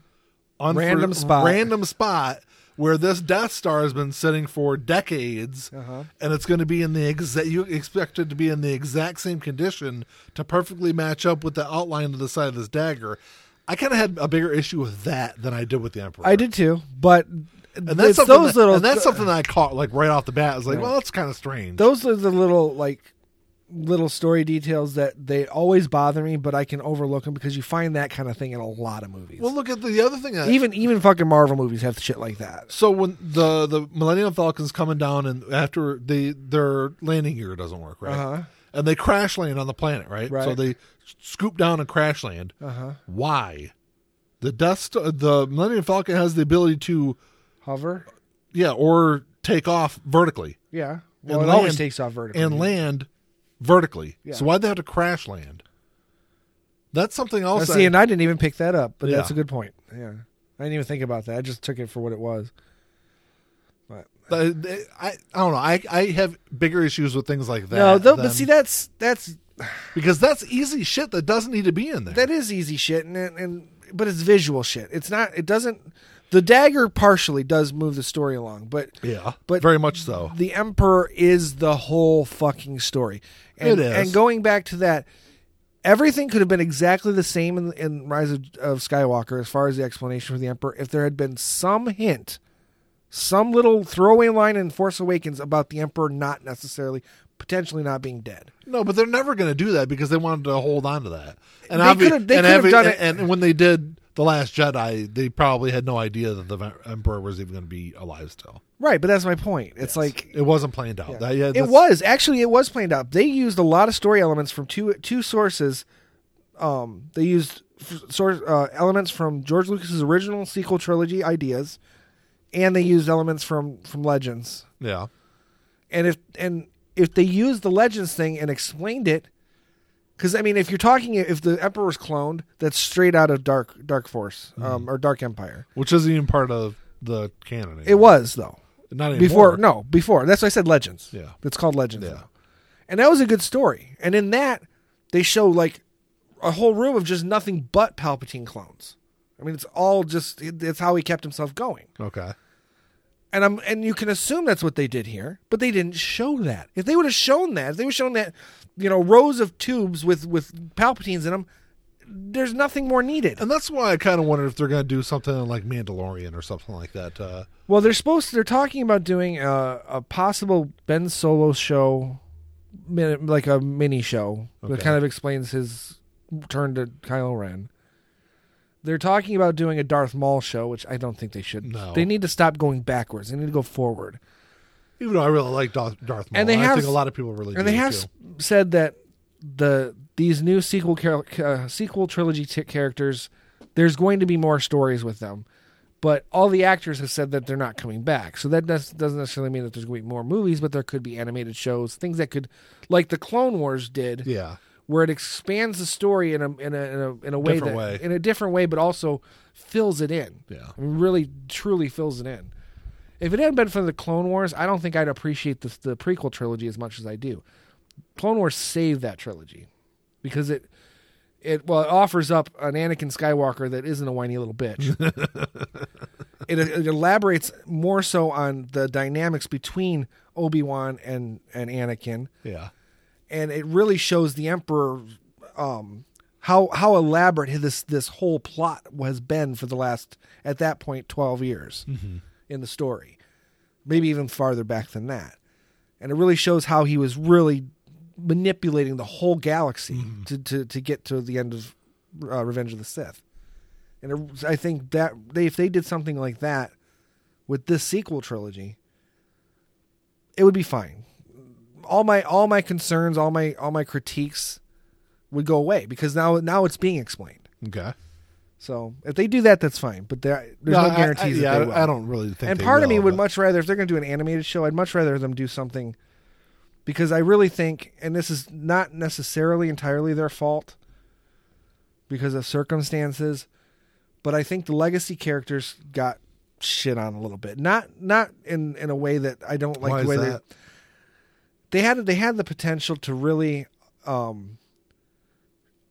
[SPEAKER 1] unfor-
[SPEAKER 2] Random spot.
[SPEAKER 1] random spot where this Death Star has been sitting for decades,
[SPEAKER 2] Uh-huh.
[SPEAKER 1] and it's going to be in the exact you expect it to be in the exact same condition to perfectly match up with the outline of the side of this dagger. I kind of had a bigger issue with that than I did with the Emperor.
[SPEAKER 2] I did too, but
[SPEAKER 1] And that's
[SPEAKER 2] it's
[SPEAKER 1] something
[SPEAKER 2] those
[SPEAKER 1] that,
[SPEAKER 2] little.
[SPEAKER 1] and that's something that I caught like right off the bat. I was like,
[SPEAKER 2] Yeah.
[SPEAKER 1] well, that's kind of strange.
[SPEAKER 2] those are the little like little story details that they always bother me, but I can overlook them because you find that kind of thing in a lot of movies.
[SPEAKER 1] well, look at the, the other thing. That,
[SPEAKER 2] even even fucking Marvel movies have shit like that.
[SPEAKER 1] so when the the Millennium Falcon's coming down, and after they their landing gear doesn't work, right?
[SPEAKER 2] Uh-huh.
[SPEAKER 1] And they crash land on the planet, right? So
[SPEAKER 2] Right.
[SPEAKER 1] they scoop down and crash land.
[SPEAKER 2] Uh-huh.
[SPEAKER 1] Why? The dust. The Millennium Falcon has the ability to
[SPEAKER 2] Hover.
[SPEAKER 1] yeah, or take off vertically
[SPEAKER 2] Yeah. Well,
[SPEAKER 1] And
[SPEAKER 2] it always
[SPEAKER 1] land-
[SPEAKER 2] takes off vertically.
[SPEAKER 1] and land vertically.
[SPEAKER 2] Yeah.
[SPEAKER 1] So why'd they have to crash land? That's something
[SPEAKER 2] Now,
[SPEAKER 1] else. I-
[SPEAKER 2] see, and I didn't even pick that up, but
[SPEAKER 1] Yeah.
[SPEAKER 2] that's a good point. Yeah. I didn't even think about that. I just took it for what it was. But
[SPEAKER 1] Uh, they- I, I don't know. I, I have bigger issues with things like that.
[SPEAKER 2] no, though, but
[SPEAKER 1] than-
[SPEAKER 2] see, that's that's
[SPEAKER 1] because that's easy shit that doesn't need to be in there.
[SPEAKER 2] that is easy shit, and and but it's visual shit. It's not. It doesn't. The dagger partially does move the story along, but
[SPEAKER 1] yeah,
[SPEAKER 2] but-
[SPEAKER 1] very much so.
[SPEAKER 2] the emperor is the whole fucking story. And,
[SPEAKER 1] It is.
[SPEAKER 2] And going back to that, everything could have been exactly the same in, in Rise of, of Skywalker as far as the explanation for the emperor if there had been some hint, some little throwaway line in Force Awakens about the emperor not necessarily potentially not being dead.
[SPEAKER 1] No, but they're never going to do that because they wanted to hold on to that. And
[SPEAKER 2] They
[SPEAKER 1] obvi-
[SPEAKER 2] could've- they
[SPEAKER 1] and
[SPEAKER 2] could've
[SPEAKER 1] obvi-
[SPEAKER 2] done
[SPEAKER 1] and-
[SPEAKER 2] it-
[SPEAKER 1] And, when they did the Last Jedi, they probably had no idea that the Ve- Emperor was even going to be alive still.
[SPEAKER 2] Right, but that's my point. It's like
[SPEAKER 1] It wasn't planned out. That- yeah,
[SPEAKER 2] it
[SPEAKER 1] that's-
[SPEAKER 2] was actually it was planned out. They used a lot of story elements from two two sources. Um, they used f- source uh, elements from George Lucas's original sequel trilogy ideas, and they used elements from from Legends.
[SPEAKER 1] Yeah,
[SPEAKER 2] And if and if they used the Legends thing and explained it, because I mean, if you're talking if the Emperor was cloned, that's straight out of Dark
[SPEAKER 1] Mm-hmm.
[SPEAKER 2] Dark Force um, or Dark Empire.
[SPEAKER 1] which isn't even part of the canon.
[SPEAKER 2] It
[SPEAKER 1] anymore.
[SPEAKER 2] was though.
[SPEAKER 1] Not anymore.
[SPEAKER 2] before no before that's why i said legends
[SPEAKER 1] Yeah.
[SPEAKER 2] it's called legends
[SPEAKER 1] Yeah.
[SPEAKER 2] now. and that was a good story and in that they show like a whole room of just nothing but palpatine clones i mean it's all just it- it's how he kept himself going
[SPEAKER 1] Okay.
[SPEAKER 2] and i'm and you can assume that's what they did here but they didn't show that if they would have shown that if they would have shown that you know rows of tubes with with palpatines in them there's nothing more needed
[SPEAKER 1] And that's why I kind of wondered if they're going to do something like Mandalorian or something like that. Uh,
[SPEAKER 2] Well, they're supposed. They're talking about doing a, a possible Ben Solo show, min- like a mini show that
[SPEAKER 1] Okay.
[SPEAKER 2] kind of explains his turn to Kylo Ren. They're talking about doing a Darth Maul show, which I don't think they should.
[SPEAKER 1] No.
[SPEAKER 2] They need to stop going backwards. They need to go forward.
[SPEAKER 1] even though I really like Darth, Darth Maul,
[SPEAKER 2] And they
[SPEAKER 1] I
[SPEAKER 2] have-
[SPEAKER 1] think a lot of people really do
[SPEAKER 2] and they have
[SPEAKER 1] too.
[SPEAKER 2] s said that the these new sequel char- uh, sequel trilogy t- characters, there's going to be more stories with them, but all the actors have said that they're not coming back. So that does, doesn't necessarily mean that there's going to be more movies, but there could be animated shows, things that could, like the Clone Wars did,
[SPEAKER 1] Yeah.
[SPEAKER 2] where it expands the story in a in a in a, in a way
[SPEAKER 1] Different
[SPEAKER 2] that
[SPEAKER 1] way.
[SPEAKER 2] in a different way, but also fills it in.
[SPEAKER 1] Yeah.
[SPEAKER 2] I mean, really truly fills it in. If it hadn't been for the Clone Wars, I don't think I'd appreciate the the prequel trilogy as much as I do. Clone Wars saved that trilogy because it it well it offers up an Anakin Skywalker that isn't a whiny little bitch. it, it elaborates more so on the dynamics between Obi Wan and and Anakin
[SPEAKER 1] Yeah.
[SPEAKER 2] and it really shows the emperor um how how elaborate this this whole plot has been for the last at that point 12 years in the story maybe even farther back than that and it really shows how he was really manipulating the whole galaxy to, to to get to the end of uh, Revenge of the Sith and it, I think that they if they did something like that with this sequel trilogy it would be fine all my all my concerns, all my all my critiques would go away because now now it's being explained.
[SPEAKER 1] Okay.
[SPEAKER 2] So if they do that, that's fine. But there, there's no,
[SPEAKER 1] I-
[SPEAKER 2] guarantees.
[SPEAKER 1] I,
[SPEAKER 2] that
[SPEAKER 1] yeah,
[SPEAKER 2] they will.
[SPEAKER 1] I don't really think.
[SPEAKER 2] And
[SPEAKER 1] they
[SPEAKER 2] part of
[SPEAKER 1] will,
[SPEAKER 2] me would
[SPEAKER 1] but-
[SPEAKER 2] much rather if they're going to do an animated show, I'd much rather them do something because I really think, and this is not necessarily entirely their fault because of circumstances, but I think the legacy characters got shit on a little bit. Not not in in a way that I don't like
[SPEAKER 1] Why
[SPEAKER 2] the
[SPEAKER 1] is
[SPEAKER 2] way
[SPEAKER 1] that?
[SPEAKER 2] they they had they had the potential to really um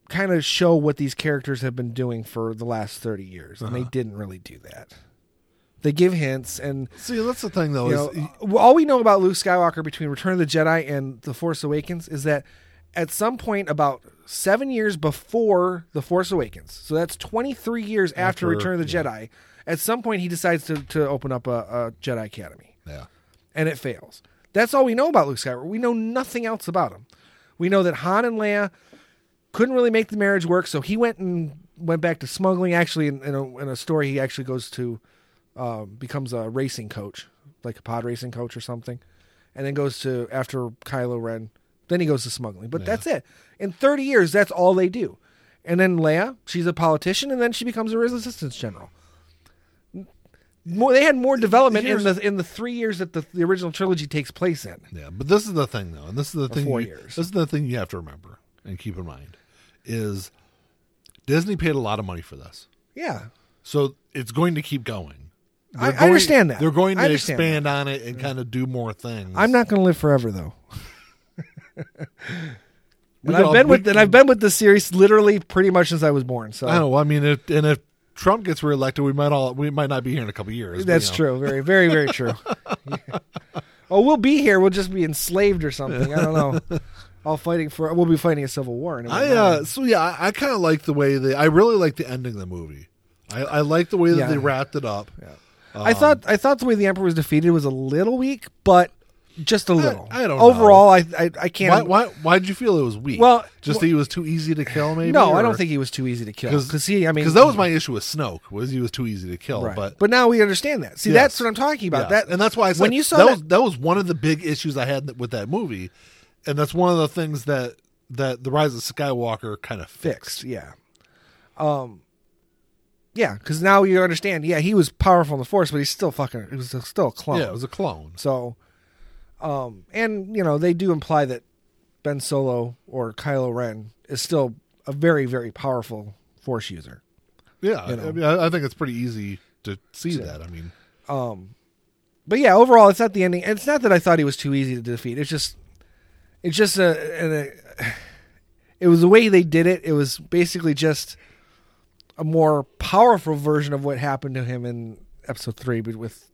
[SPEAKER 2] kind of show what these characters have been doing for the last 30 years and
[SPEAKER 1] Uh-huh.
[SPEAKER 2] they didn't really do that. They give hints and
[SPEAKER 1] See, that's the thing though.
[SPEAKER 2] you
[SPEAKER 1] Is,
[SPEAKER 2] know, uh, all we know about Luke Skywalker between Return of the Jedi and The Force Awakens is that at some point about seven years before The Force Awakens, so that's 23 years after,
[SPEAKER 1] After,
[SPEAKER 2] Return of the Jedi, at some point he decides to, to open up a, a Jedi Academy
[SPEAKER 1] yeah.
[SPEAKER 2] and it fails. That's all we know about Luke Skywalker. We know nothing else about him. We know that Han and Leia couldn't really make the marriage work, so he went and went back to smuggling. Actually, in, in, a, in a story, he actually goes to uh, becomes a racing coach, like a pod racing coach or something, and then goes to after Kylo Ren. Then he goes to smuggling, but that's it. In thirty years, that's all they do. And then Leia, she's a politician, and then she becomes a resistance general. More, they had more development in the in the three years that the, the original trilogy takes place in.
[SPEAKER 1] Yeah, but this is the thing though, and this is the thing.
[SPEAKER 2] four
[SPEAKER 1] you-
[SPEAKER 2] years.
[SPEAKER 1] This is the thing you have to remember and keep in mind is Disney paid a lot of money for this,
[SPEAKER 2] Yeah,
[SPEAKER 1] so it's going to keep going.
[SPEAKER 2] I-
[SPEAKER 1] They're
[SPEAKER 2] I
[SPEAKER 1] going-
[SPEAKER 2] understand that.
[SPEAKER 1] they're going
[SPEAKER 2] I
[SPEAKER 1] to
[SPEAKER 2] understand
[SPEAKER 1] expand on it and kind of do more things.
[SPEAKER 2] I'm not going to live forever though.
[SPEAKER 1] We
[SPEAKER 2] and
[SPEAKER 1] could
[SPEAKER 2] I've
[SPEAKER 1] all-
[SPEAKER 2] been
[SPEAKER 1] we
[SPEAKER 2] with
[SPEAKER 1] could-
[SPEAKER 2] and I've been with this series literally pretty much since I was born. So
[SPEAKER 1] I don't know. I mean, if, and if Trump gets reelected, we might all we might not be here in a couple years. but,
[SPEAKER 2] That's
[SPEAKER 1] you know.
[SPEAKER 2] true. Very, very, very true. Oh, we'll be here. We'll just be enslaved or something. I don't know. All fighting for. We'll be fighting a civil war. And um, it
[SPEAKER 1] I
[SPEAKER 2] won't
[SPEAKER 1] uh,
[SPEAKER 2] matter.
[SPEAKER 1] so yeah, I, I kind of like the way they. I really like the ending of the movie. I, I like the way that
[SPEAKER 2] Yeah.
[SPEAKER 1] they wrapped it up.
[SPEAKER 2] I thought
[SPEAKER 1] Um,
[SPEAKER 2] I thought the way the emperor was defeated was a little weak, but just a little.
[SPEAKER 1] I don't know.
[SPEAKER 2] Overall, I, I I can't.
[SPEAKER 1] Why, why why'd you feel it was weak?
[SPEAKER 2] Well,
[SPEAKER 1] just
[SPEAKER 2] wh-
[SPEAKER 1] that he was too easy to kill, maybe.
[SPEAKER 2] no, I
[SPEAKER 1] or-
[SPEAKER 2] don't think he was too easy to kill. Because he, I mean,
[SPEAKER 1] because that was my issue with Snoke was he was too easy to kill.
[SPEAKER 2] right.
[SPEAKER 1] But,
[SPEAKER 2] now we understand that. See,
[SPEAKER 1] Yes.
[SPEAKER 2] that's what I'm talking about.
[SPEAKER 1] yes.
[SPEAKER 2] That
[SPEAKER 1] and that's why I said
[SPEAKER 2] when you saw
[SPEAKER 1] that,
[SPEAKER 2] that,
[SPEAKER 1] was that was one of the big issues I had with that movie, and that's one of the things that that the Rise of Skywalker kind of
[SPEAKER 2] fixed. Yeah. Um. Yeah, because now you understand. Yeah, he was powerful in the force, but he's still fucking. He was still a clone.
[SPEAKER 1] Yeah, it was a clone.
[SPEAKER 2] So, um, and you know they do imply that Ben Solo or Kylo Ren is still a very very powerful Force user.
[SPEAKER 1] Yeah,
[SPEAKER 2] know.
[SPEAKER 1] I mean, I, I think it's pretty easy to see that. I mean,
[SPEAKER 2] but yeah, overall, it's not the ending. It's not that I thought he was too easy to defeat. It's just, it's just a, an a it was the way they did it. It was basically just a more powerful version of what happened to him in episode three, but with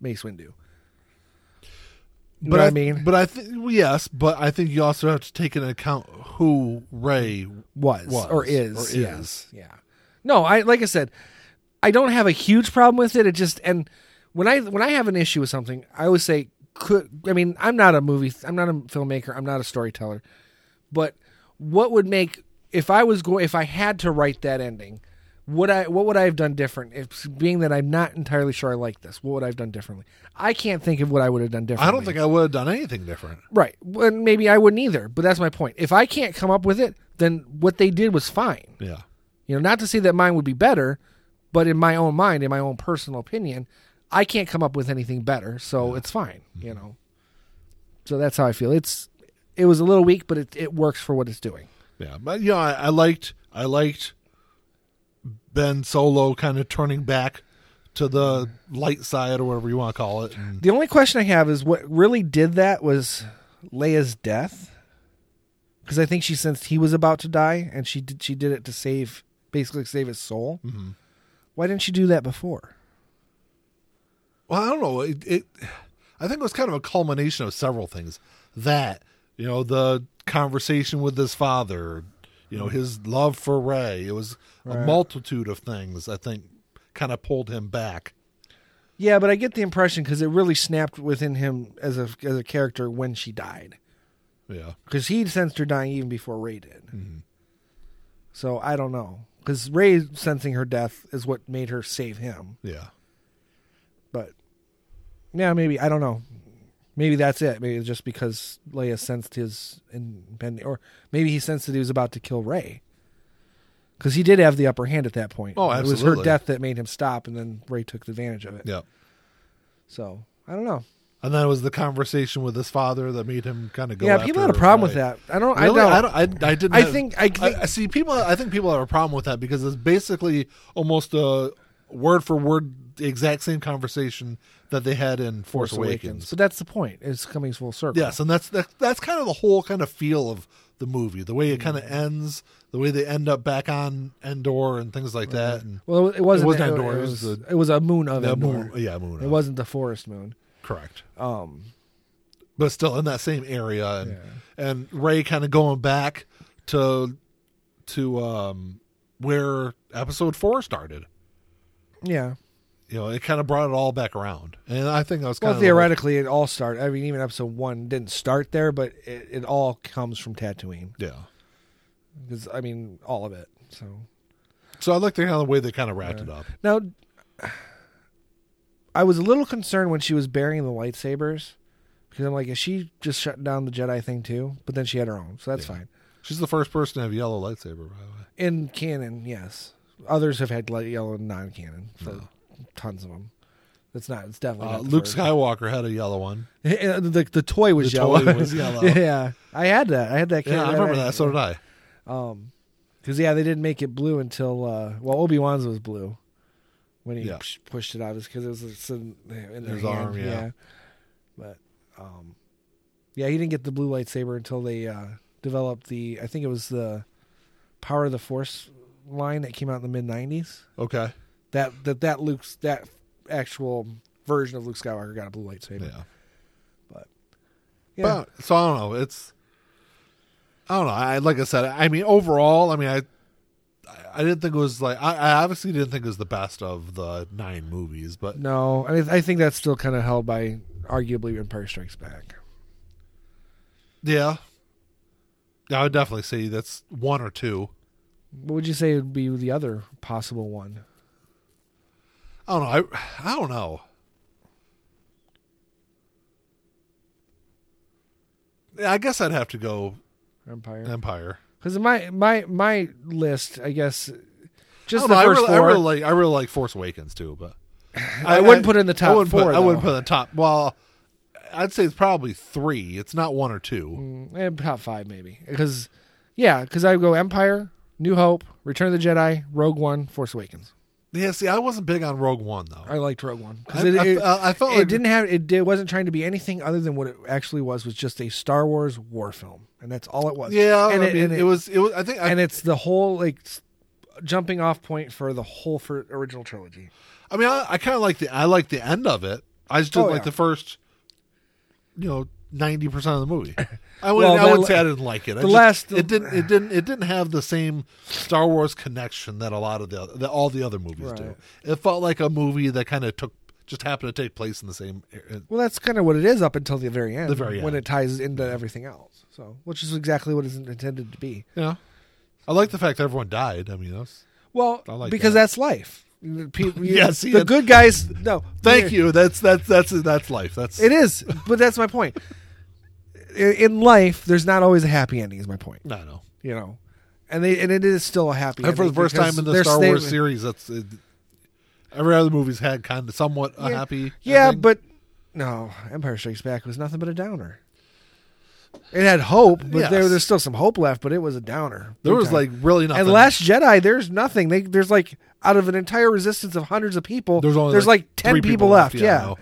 [SPEAKER 2] Mace Windu. You know what I mean?
[SPEAKER 1] but I think yes, but I think you also have to take into account who Ray.
[SPEAKER 2] was,
[SPEAKER 1] was
[SPEAKER 2] or is
[SPEAKER 1] or
[SPEAKER 2] yeah.
[SPEAKER 1] is.
[SPEAKER 2] yeah no i like i said i don't have a huge problem with it it just and when i when i have an issue with something i always say could i mean i'm not a movie i'm not a filmmaker i'm not a storyteller but what would make if i was going if i had to write that ending would i what would i have done different if being that i'm not entirely sure i like this what would i have done differently i can't think of what i would have done differently
[SPEAKER 1] I don't think I would have done anything different.
[SPEAKER 2] Right. And maybe I wouldn't either, but that's my point. If I can't come up with it, then what they did was fine.
[SPEAKER 1] Yeah,
[SPEAKER 2] You know, not to say that mine would be better, but in my own mind, in my own personal opinion, I can't come up with anything better, so it's fine, you know. So that's how I feel. It's it was a little weak, but it, it works for what it's doing.
[SPEAKER 1] yeah, but yeah, I, I liked I liked Ben Solo kind of turning back to the light side or whatever you want to call it. And
[SPEAKER 2] The only question I have is what really did that was Leia's death. Because I think she sensed he was about to die, and she did, she did it to save, basically save his soul. Why didn't she do that before?
[SPEAKER 1] Well, I don't know. It, it, I think it was kind of a culmination of several things. That you know, the conversation with his father, you know, his love for Ray. It was a multitude of things. I think kind of pulled him back.
[SPEAKER 2] Yeah, but I get the impression because it really snapped within him as a as a character when she died,
[SPEAKER 1] Yeah,
[SPEAKER 2] because he sensed her dying even before Ray did.
[SPEAKER 1] Mm-hmm.
[SPEAKER 2] So I don't know, because Ray sensing her death is what made her save him.
[SPEAKER 1] yeah.
[SPEAKER 2] But yeah, maybe I don't know. Maybe that's it. Maybe it's just because Leia sensed his impending, or maybe he sensed that he was about to kill Ray, because he did have the upper hand at that point.
[SPEAKER 1] Oh,
[SPEAKER 2] It was her
[SPEAKER 1] absolutely.
[SPEAKER 2] death that made him stop, and then Ray took advantage of it.
[SPEAKER 1] Yeah.
[SPEAKER 2] So I don't know.
[SPEAKER 1] And then it was the conversation with his father that made him kind of go.
[SPEAKER 2] yeah, people had a
[SPEAKER 1] after
[SPEAKER 2] problem with
[SPEAKER 1] Ray.
[SPEAKER 2] that. I don't.
[SPEAKER 1] Really?
[SPEAKER 2] I
[SPEAKER 1] I
[SPEAKER 2] don't.
[SPEAKER 1] don't. I, I, didn't.
[SPEAKER 2] I
[SPEAKER 1] have-
[SPEAKER 2] think- I think-
[SPEAKER 1] see people. I think people have a problem with that because it's basically almost a word for word the exact same conversation that they had in Force, Awakens.
[SPEAKER 2] But that's the point. It's coming full circle.
[SPEAKER 1] Yes, and that's that, that's kind of the whole kind of feel of the movie, the way it kind
[SPEAKER 2] Mm.
[SPEAKER 1] of ends, the way they end up back on Endor and things like that. And
[SPEAKER 2] Well, it wasn't.
[SPEAKER 1] It wasn't
[SPEAKER 2] it,
[SPEAKER 1] Endor,
[SPEAKER 2] It
[SPEAKER 1] it
[SPEAKER 2] was,
[SPEAKER 1] was
[SPEAKER 2] it was a moon of
[SPEAKER 1] the
[SPEAKER 2] Endor.
[SPEAKER 1] moon, yeah, moon.
[SPEAKER 2] It
[SPEAKER 1] Elf.
[SPEAKER 2] wasn't the forest moon.
[SPEAKER 1] correct,
[SPEAKER 2] Um,
[SPEAKER 1] but still in that same area, and and Ray kind of going back to to um where Episode Four started.
[SPEAKER 2] yeah.
[SPEAKER 1] You know, it kind of brought it all back around, and I think that was kind
[SPEAKER 2] Well,
[SPEAKER 1] of the whole-
[SPEAKER 2] theoretically, it all started. I mean, even episode one didn't start there, but it, it all comes from Tatooine.
[SPEAKER 1] yeah.
[SPEAKER 2] Because I mean, all of it. So
[SPEAKER 1] So I like the kind of way they kind of wrapped it up.
[SPEAKER 2] now, I was a little concerned when she was burying the lightsabers, because I'm like, is she just shutting down the Jedi thing too? But then she had her own, so that's
[SPEAKER 1] Yeah.
[SPEAKER 2] fine.
[SPEAKER 1] She's the first person to have a yellow lightsaber, by the way.
[SPEAKER 2] In canon, yes. Others have had light yellow and non-canon for tons of them. That's not. It's definitely
[SPEAKER 1] Uh,
[SPEAKER 2] not the
[SPEAKER 1] Luke
[SPEAKER 2] first.
[SPEAKER 1] Skywalker had a yellow one.
[SPEAKER 2] uh, the the toy was
[SPEAKER 1] The
[SPEAKER 2] yellow.
[SPEAKER 1] toy was yellow.
[SPEAKER 2] yeah, I had that. I had that.
[SPEAKER 1] Yeah, I remember that. So did I.
[SPEAKER 2] Um, because yeah, they didn't make it blue until uh, well, Obi Wan's was blue when he
[SPEAKER 1] Yeah.
[SPEAKER 2] push- pushed it out, because it was it's in, in their
[SPEAKER 1] His
[SPEAKER 2] hand,
[SPEAKER 1] arm, yeah.
[SPEAKER 2] But um, yeah, he didn't get the blue lightsaber until they uh, developed the. I think it was the Power of the Force line that came out in the mid '90s.
[SPEAKER 1] Okay.
[SPEAKER 2] That that that Luke's that actual version of Luke Skywalker got a blue lightsaber.
[SPEAKER 1] Yeah.
[SPEAKER 2] Yeah.
[SPEAKER 1] But so I don't know. It's I don't know. I like I said. I mean, overall, I mean, I I didn't think it was like I, I obviously didn't think it was the best of the nine movies, but
[SPEAKER 2] No, I, I think that's still kind of held by arguably Empire Strikes Back.
[SPEAKER 1] yeah, yeah, I would definitely say that's one or two.
[SPEAKER 2] What would you say would be the other possible one?
[SPEAKER 1] I don't know. I I don't know. Yeah, I guess I'd have to go
[SPEAKER 2] Empire.
[SPEAKER 1] Empire.
[SPEAKER 2] Because my my my list, I guess, just
[SPEAKER 1] I, don't
[SPEAKER 2] the
[SPEAKER 1] know, I
[SPEAKER 2] first
[SPEAKER 1] really, I
[SPEAKER 2] four.
[SPEAKER 1] really like I really like Force Awakens too, but
[SPEAKER 2] I wouldn't put it in the top
[SPEAKER 1] I wouldn't
[SPEAKER 2] four,
[SPEAKER 1] Put, I wouldn't
[SPEAKER 2] though.
[SPEAKER 1] put it in the top. Well, I'd say it's probably three. It's not one or two.
[SPEAKER 2] Mm, eh, top five maybe. Because yeah, because I would go Empire, New Hope, Return of the Jedi, Rogue One, Force Awakens.
[SPEAKER 1] Yeah, see, I wasn't big on Rogue One though.
[SPEAKER 2] I liked Rogue One because
[SPEAKER 1] I-
[SPEAKER 2] it,
[SPEAKER 1] I-
[SPEAKER 2] it,
[SPEAKER 1] I- I felt
[SPEAKER 2] it
[SPEAKER 1] like-
[SPEAKER 2] didn't have it, it wasn't trying to be anything other than what it actually was was just a Star Wars war film, and that's all it was.
[SPEAKER 1] yeah,
[SPEAKER 2] and
[SPEAKER 1] I mean, it, was. It was. I think. I,
[SPEAKER 2] and it's the whole like s- jumping off point for the whole for original trilogy.
[SPEAKER 1] I mean, I, I kind of like the. I like the end of it. I just didn't
[SPEAKER 2] Oh,
[SPEAKER 1] like
[SPEAKER 2] yeah.
[SPEAKER 1] the first. You know, ninety percent of the movie. I wouldn't.
[SPEAKER 2] Well,
[SPEAKER 1] I
[SPEAKER 2] the
[SPEAKER 1] wouldn't
[SPEAKER 2] la-
[SPEAKER 1] say I didn't like it. I
[SPEAKER 2] the
[SPEAKER 1] just-
[SPEAKER 2] last-
[SPEAKER 1] It didn't. It didn't. It didn't have the same Star Wars connection that a lot of the other, that all the other movies do.
[SPEAKER 2] Right.
[SPEAKER 1] It felt like a movie that kind of took just happened to take place in the same.
[SPEAKER 2] Well, that's kind of what it is up until the very end,
[SPEAKER 1] The very
[SPEAKER 2] when
[SPEAKER 1] end.
[SPEAKER 2] it ties into everything else. So, which is exactly what it's intended to be.
[SPEAKER 1] Yeah. I like the fact that everyone died. I mean, that's,
[SPEAKER 2] Well,
[SPEAKER 1] I like
[SPEAKER 2] because
[SPEAKER 1] that.
[SPEAKER 2] that's life. People,
[SPEAKER 1] Yeah, see,
[SPEAKER 2] the
[SPEAKER 1] it-
[SPEAKER 2] good guys. No,
[SPEAKER 1] thank you. That's that's that's that's life. That's
[SPEAKER 2] It is, but that's my point. I- In life, there's not always a happy ending. Is my point.
[SPEAKER 1] I know.
[SPEAKER 2] You know, and they and it is still a happy.
[SPEAKER 1] And for the
[SPEAKER 2] ending
[SPEAKER 1] first
[SPEAKER 2] because
[SPEAKER 1] time in the
[SPEAKER 2] they're
[SPEAKER 1] Star
[SPEAKER 2] sta-
[SPEAKER 1] Wars series, that's it, every other movie's had kind of somewhat a
[SPEAKER 2] Yeah.
[SPEAKER 1] happy.
[SPEAKER 2] Yeah,
[SPEAKER 1] ending.
[SPEAKER 2] but no, Empire Strikes Back was nothing but a downer. It had hope, but there,
[SPEAKER 1] Yes.
[SPEAKER 2] there's still some hope left. But it was a downer.
[SPEAKER 1] there
[SPEAKER 2] Big
[SPEAKER 1] was
[SPEAKER 2] time.
[SPEAKER 1] like really nothing.
[SPEAKER 2] and Last Jedi. There's nothing. They, there's like out of an entire resistance of hundreds of people.
[SPEAKER 1] There's only
[SPEAKER 2] there's like, ten
[SPEAKER 1] three
[SPEAKER 2] people, left.
[SPEAKER 1] I
[SPEAKER 2] Yeah.
[SPEAKER 1] know.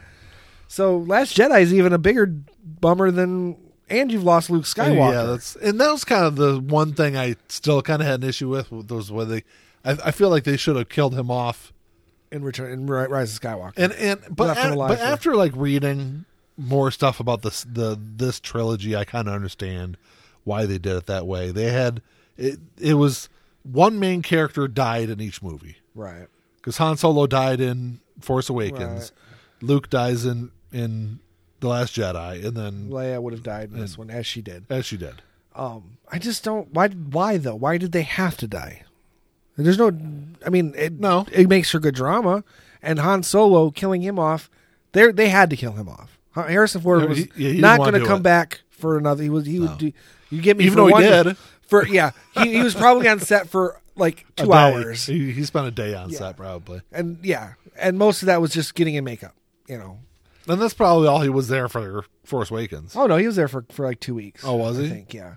[SPEAKER 2] So Last Jedi is even a bigger bummer than and you've lost Luke
[SPEAKER 1] And
[SPEAKER 2] Skywalker.
[SPEAKER 1] Yeah, that's and that was kind of the one thing I still kind of had an issue with was where they. I, I feel like they should have killed him off
[SPEAKER 2] in Return in Ri- Rise of Skywalker.
[SPEAKER 1] and and but
[SPEAKER 2] Left him
[SPEAKER 1] a-
[SPEAKER 2] alive
[SPEAKER 1] but
[SPEAKER 2] for-
[SPEAKER 1] after like reading more stuff about this the this trilogy, I kind of understand why they did it that way. They had it. It was one main character died in each movie
[SPEAKER 2] right.
[SPEAKER 1] because Han Solo died in Force Awakens,
[SPEAKER 2] Right.
[SPEAKER 1] Luke dies in in the Last Jedi, and then
[SPEAKER 2] Leia would have died in this one as she did.
[SPEAKER 1] as she did.
[SPEAKER 2] Um I just don't why why though? Why did they have to die? There's no I mean it
[SPEAKER 1] No.
[SPEAKER 2] it makes for good drama and Han Solo killing him off. They they had to kill him off. Ha- Harrison Ford
[SPEAKER 1] Yeah,
[SPEAKER 2] was
[SPEAKER 1] he- yeah, he
[SPEAKER 2] not
[SPEAKER 1] didn't wanna
[SPEAKER 2] going to
[SPEAKER 1] do
[SPEAKER 2] come
[SPEAKER 1] it.
[SPEAKER 2] back for another. He was he would do, you get me
[SPEAKER 1] Even
[SPEAKER 2] for
[SPEAKER 1] though he
[SPEAKER 2] one,
[SPEAKER 1] did.
[SPEAKER 2] for yeah he, he was probably on set for like
[SPEAKER 1] A
[SPEAKER 2] two
[SPEAKER 1] day.
[SPEAKER 2] hours
[SPEAKER 1] He, he spent a day on set probably,
[SPEAKER 2] and yeah and most of that was just getting in makeup you know
[SPEAKER 1] and that's probably all he was there for. Force Awakens,
[SPEAKER 2] Oh no, he was there for, for like two weeks.
[SPEAKER 1] Oh, was he?
[SPEAKER 2] I think yeah,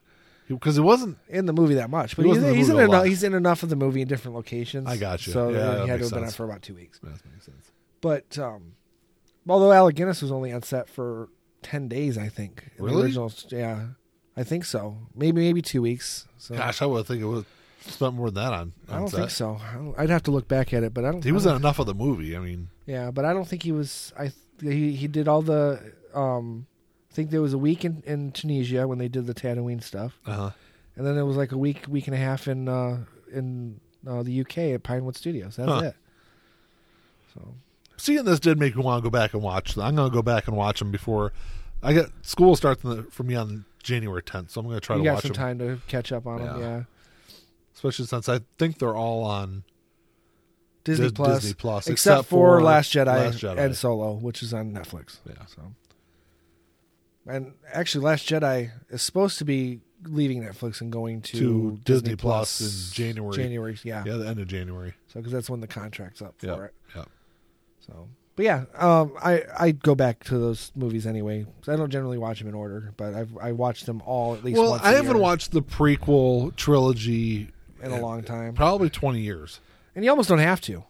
[SPEAKER 1] because it wasn't.
[SPEAKER 2] in the movie that much, but
[SPEAKER 1] He
[SPEAKER 2] he's,
[SPEAKER 1] wasn't in the
[SPEAKER 2] he's in
[SPEAKER 1] movie a
[SPEAKER 2] enough.
[SPEAKER 1] lot.
[SPEAKER 2] He's in enough of the movie in different locations.
[SPEAKER 1] I got you.
[SPEAKER 2] So uh,
[SPEAKER 1] Yeah, that
[SPEAKER 2] he had to
[SPEAKER 1] makes
[SPEAKER 2] have been out
[SPEAKER 1] sense.
[SPEAKER 2] for about two weeks.
[SPEAKER 1] That makes sense.
[SPEAKER 2] But um, although Alec Guinness was only on set for ten days, I think. in the
[SPEAKER 1] Really?
[SPEAKER 2] original- yeah, I think so. Maybe maybe two weeks. So
[SPEAKER 1] Gosh, I would think it was spent more than that on. on
[SPEAKER 2] I don't
[SPEAKER 1] set.
[SPEAKER 2] think so. I don't, I'd have to look back at it, but I don't.
[SPEAKER 1] He was
[SPEAKER 2] I
[SPEAKER 1] in
[SPEAKER 2] don't-
[SPEAKER 1] enough of the movie. I mean,
[SPEAKER 2] yeah, but I don't think he was. I th- he he did all the. Um, I think there was a week in, in Tunisia when they did the Tatooine stuff.
[SPEAKER 1] uh
[SPEAKER 2] and then it was like a week, week and a half in uh, in uh, the UK at Pinewood Studios. That's
[SPEAKER 1] Huh.
[SPEAKER 2] it. So
[SPEAKER 1] seeing this did make me want to go back and watch. Them. I'm going to go back and watch them before I get school starts in the, for me on January 10th, so I'm going to try
[SPEAKER 2] you
[SPEAKER 1] to
[SPEAKER 2] got
[SPEAKER 1] watch
[SPEAKER 2] some
[SPEAKER 1] them,
[SPEAKER 2] time to catch up on them.
[SPEAKER 1] Yeah.
[SPEAKER 2] Yeah,
[SPEAKER 1] especially since I think they're all on.
[SPEAKER 2] Disney
[SPEAKER 1] Dis-
[SPEAKER 2] Plus,
[SPEAKER 1] Disney Plus,
[SPEAKER 2] except,
[SPEAKER 1] except
[SPEAKER 2] for
[SPEAKER 1] for
[SPEAKER 2] Last Jedi,
[SPEAKER 1] Last Jedi.
[SPEAKER 2] and Solo, which is on Netflix.
[SPEAKER 1] Yeah.
[SPEAKER 2] So, and actually, Last Jedi is supposed to be leaving Netflix and going to,
[SPEAKER 1] To Disney Plus
[SPEAKER 2] Plus
[SPEAKER 1] in January.
[SPEAKER 2] January, yeah.
[SPEAKER 1] Yeah, the end of January.
[SPEAKER 2] So because that's when the contract's up for
[SPEAKER 1] Yeah,
[SPEAKER 2] it.
[SPEAKER 1] yeah.
[SPEAKER 2] So, but yeah, um, I I go back to those movies anyway. So I don't generally watch them in order, but I've I watched them all at least.
[SPEAKER 1] Well,
[SPEAKER 2] once
[SPEAKER 1] I
[SPEAKER 2] a
[SPEAKER 1] haven't
[SPEAKER 2] year
[SPEAKER 1] watched the prequel trilogy
[SPEAKER 2] in a long time,
[SPEAKER 1] probably 20 years.
[SPEAKER 2] and you almost don't have to.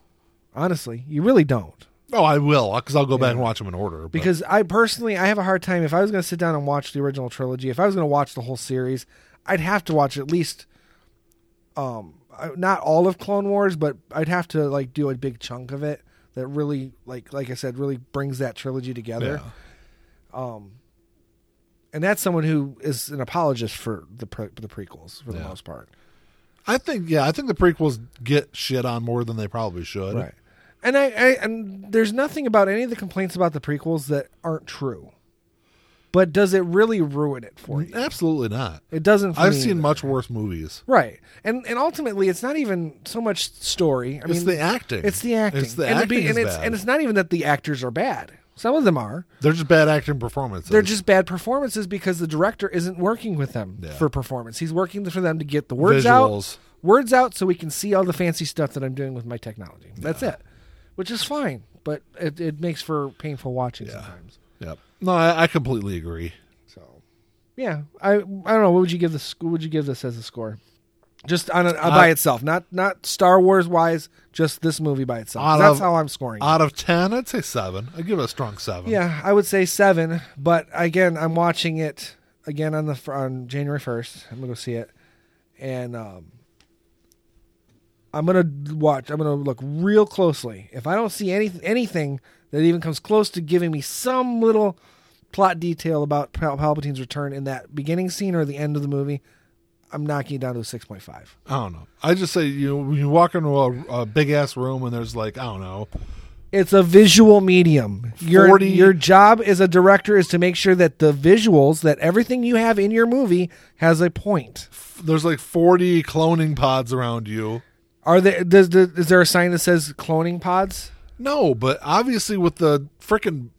[SPEAKER 2] Honestly, you really don't
[SPEAKER 1] Oh, I will because I'll go back
[SPEAKER 2] Yeah.
[SPEAKER 1] and watch them in order. but-
[SPEAKER 2] because I personally I have a hard time if I was going to sit down and watch the original trilogy. If I was going to watch the whole series, I'd have to watch at least, um, I- not all of Clone Wars, but I'd have to like do a big chunk of it that really like like I said really brings that trilogy together. Um,
[SPEAKER 1] yeah.
[SPEAKER 2] and that's someone who is an apologist for the pre- the prequels for the
[SPEAKER 1] Yeah.
[SPEAKER 2] most part,
[SPEAKER 1] I think yeah, I think the prequels get shit on more than they probably should.
[SPEAKER 2] And I, I and there's nothing about any of the complaints about the prequels that aren't true, but does it really ruin it for you?
[SPEAKER 1] Absolutely not.
[SPEAKER 2] It doesn't. For
[SPEAKER 1] I've
[SPEAKER 2] me
[SPEAKER 1] seen
[SPEAKER 2] either.
[SPEAKER 1] much worse movies.
[SPEAKER 2] right, and and ultimately it's not even so much story. I
[SPEAKER 1] It's
[SPEAKER 2] mean,
[SPEAKER 1] the acting.
[SPEAKER 2] it's the acting.
[SPEAKER 1] It's the
[SPEAKER 2] and
[SPEAKER 1] acting.
[SPEAKER 2] be- and
[SPEAKER 1] is
[SPEAKER 2] it's
[SPEAKER 1] bad.
[SPEAKER 2] and it's not even that the actors are bad. Some of them are.
[SPEAKER 1] They're just bad acting performances.
[SPEAKER 2] They're just bad performances because the director isn't working with them
[SPEAKER 1] Yeah.
[SPEAKER 2] for performance. He's working for them to get the words
[SPEAKER 1] Visuals.
[SPEAKER 2] out, words out, so we can see all the fancy stuff that I'm doing with my technology. That's it, which is fine, but it, it makes for painful watching sometimes.
[SPEAKER 1] Yep. No, I, I completely agree.
[SPEAKER 2] So, yeah, I I don't know. What would you give this? What would you give this as a score? Just on a, uh, by itself, not not Star Wars wise, just this movie by itself.
[SPEAKER 1] Out
[SPEAKER 2] That's
[SPEAKER 1] of-
[SPEAKER 2] how I'm scoring. it.
[SPEAKER 1] Out of ten, I'd say seven. I'd give it a strong seven.
[SPEAKER 2] Yeah, I would say seven, but again, I'm watching it again on the fr- on January first. I'm gonna go see it, and um, I'm gonna watch. I'm gonna look real closely. If I don't see any anything that even comes close to giving me some little plot detail about Pal- Palpatine's return in that beginning scene or the end of the movie, I'm knocking it down to a six point five.
[SPEAKER 1] I don't know. I just say you know, you walk into a, a big ass room and there's like I don't know
[SPEAKER 2] It's a visual medium. Your
[SPEAKER 1] 40
[SPEAKER 2] your job as a director is to make sure that the visuals, that everything you have in your movie has a point.
[SPEAKER 1] f- there's like forty cloning pods around you.
[SPEAKER 2] Are there does, does is there a sign that says cloning pods?
[SPEAKER 1] No, but obviously with the freaking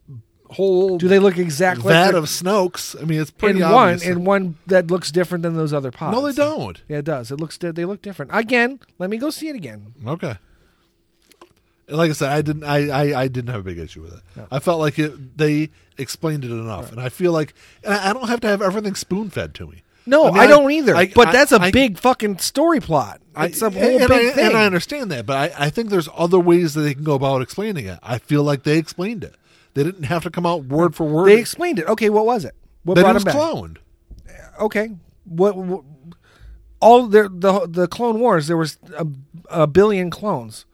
[SPEAKER 1] whole
[SPEAKER 2] Do they look exactly
[SPEAKER 1] vat
[SPEAKER 2] like
[SPEAKER 1] of Snoke's, I mean it's
[SPEAKER 2] they're-
[SPEAKER 1] pretty
[SPEAKER 2] in one
[SPEAKER 1] obvious.
[SPEAKER 2] in one that looks different than those other pods?
[SPEAKER 1] no, they don't.
[SPEAKER 2] Yeah, it does. It looks di- they look different. Again, let me go see it again.
[SPEAKER 1] Okay. And Like I said, I didn't. I, I, I didn't have a big issue with it. I felt like it, they explained it enough, and I feel like and I, I don't have to have everything spoon fed to me.
[SPEAKER 2] No, I,
[SPEAKER 1] mean,
[SPEAKER 2] don't either. but that's a
[SPEAKER 1] I-
[SPEAKER 2] big fucking story plot.
[SPEAKER 1] I-
[SPEAKER 2] It's a
[SPEAKER 1] and-
[SPEAKER 2] whole
[SPEAKER 1] and
[SPEAKER 2] big
[SPEAKER 1] I,
[SPEAKER 2] thing.
[SPEAKER 1] And I understand that, but I, I think there's other ways that they can go about explaining it. I feel like they explained it. They didn't have to come out word for word.
[SPEAKER 2] they explained it. Okay, what was it? What
[SPEAKER 1] that it
[SPEAKER 2] brought
[SPEAKER 1] was
[SPEAKER 2] him back?
[SPEAKER 1] cloned.
[SPEAKER 2] okay what, what all the, the the clone wars there was a, a billion clones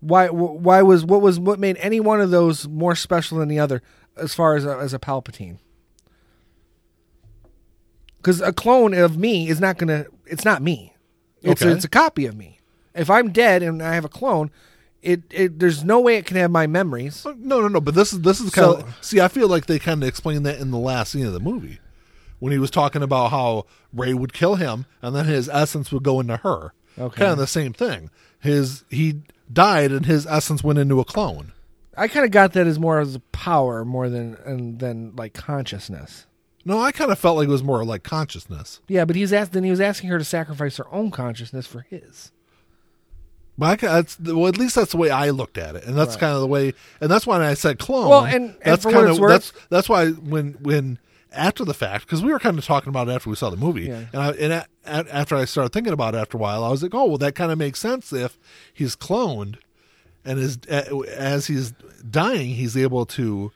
[SPEAKER 2] why why was what was what made any one of those more special than the other as far as a, as a palpatine cuz a clone of me is not going to it's not me it's a,
[SPEAKER 1] Okay.
[SPEAKER 2] it's a copy of me if i'm dead and i have a clone it, it there's no way it can have my memories
[SPEAKER 1] No, no, no. But this is this is kind
[SPEAKER 2] So-
[SPEAKER 1] of see. I feel like they kind of explained that in the last scene of the movie when he was talking about how Ray would kill him and then his essence would go into her.
[SPEAKER 2] Okay.
[SPEAKER 1] Kind of the same thing. His he died and his essence went into a clone.
[SPEAKER 2] i kind of got that as more as a power more than and than like consciousness
[SPEAKER 1] No, I kind of felt like it was more like consciousness.
[SPEAKER 2] Yeah, but he's asked. Then he was asking her to sacrifice her own consciousness for his.
[SPEAKER 1] But I, ca- that's the- well, at least that's the way I looked at it, and that's kind of the way, and that's why I said clone.
[SPEAKER 2] Well, and- and
[SPEAKER 1] that's
[SPEAKER 2] for what
[SPEAKER 1] kind
[SPEAKER 2] it's
[SPEAKER 1] of
[SPEAKER 2] worth-
[SPEAKER 1] that's that's why when when after the fact, because we were kind of talking about it after we saw the movie,
[SPEAKER 2] Yeah.
[SPEAKER 1] and I and a, a, after I started thinking about it after a while, I was like, oh well, that kind of makes sense if he's cloned, and is a- as he's dying, he's able to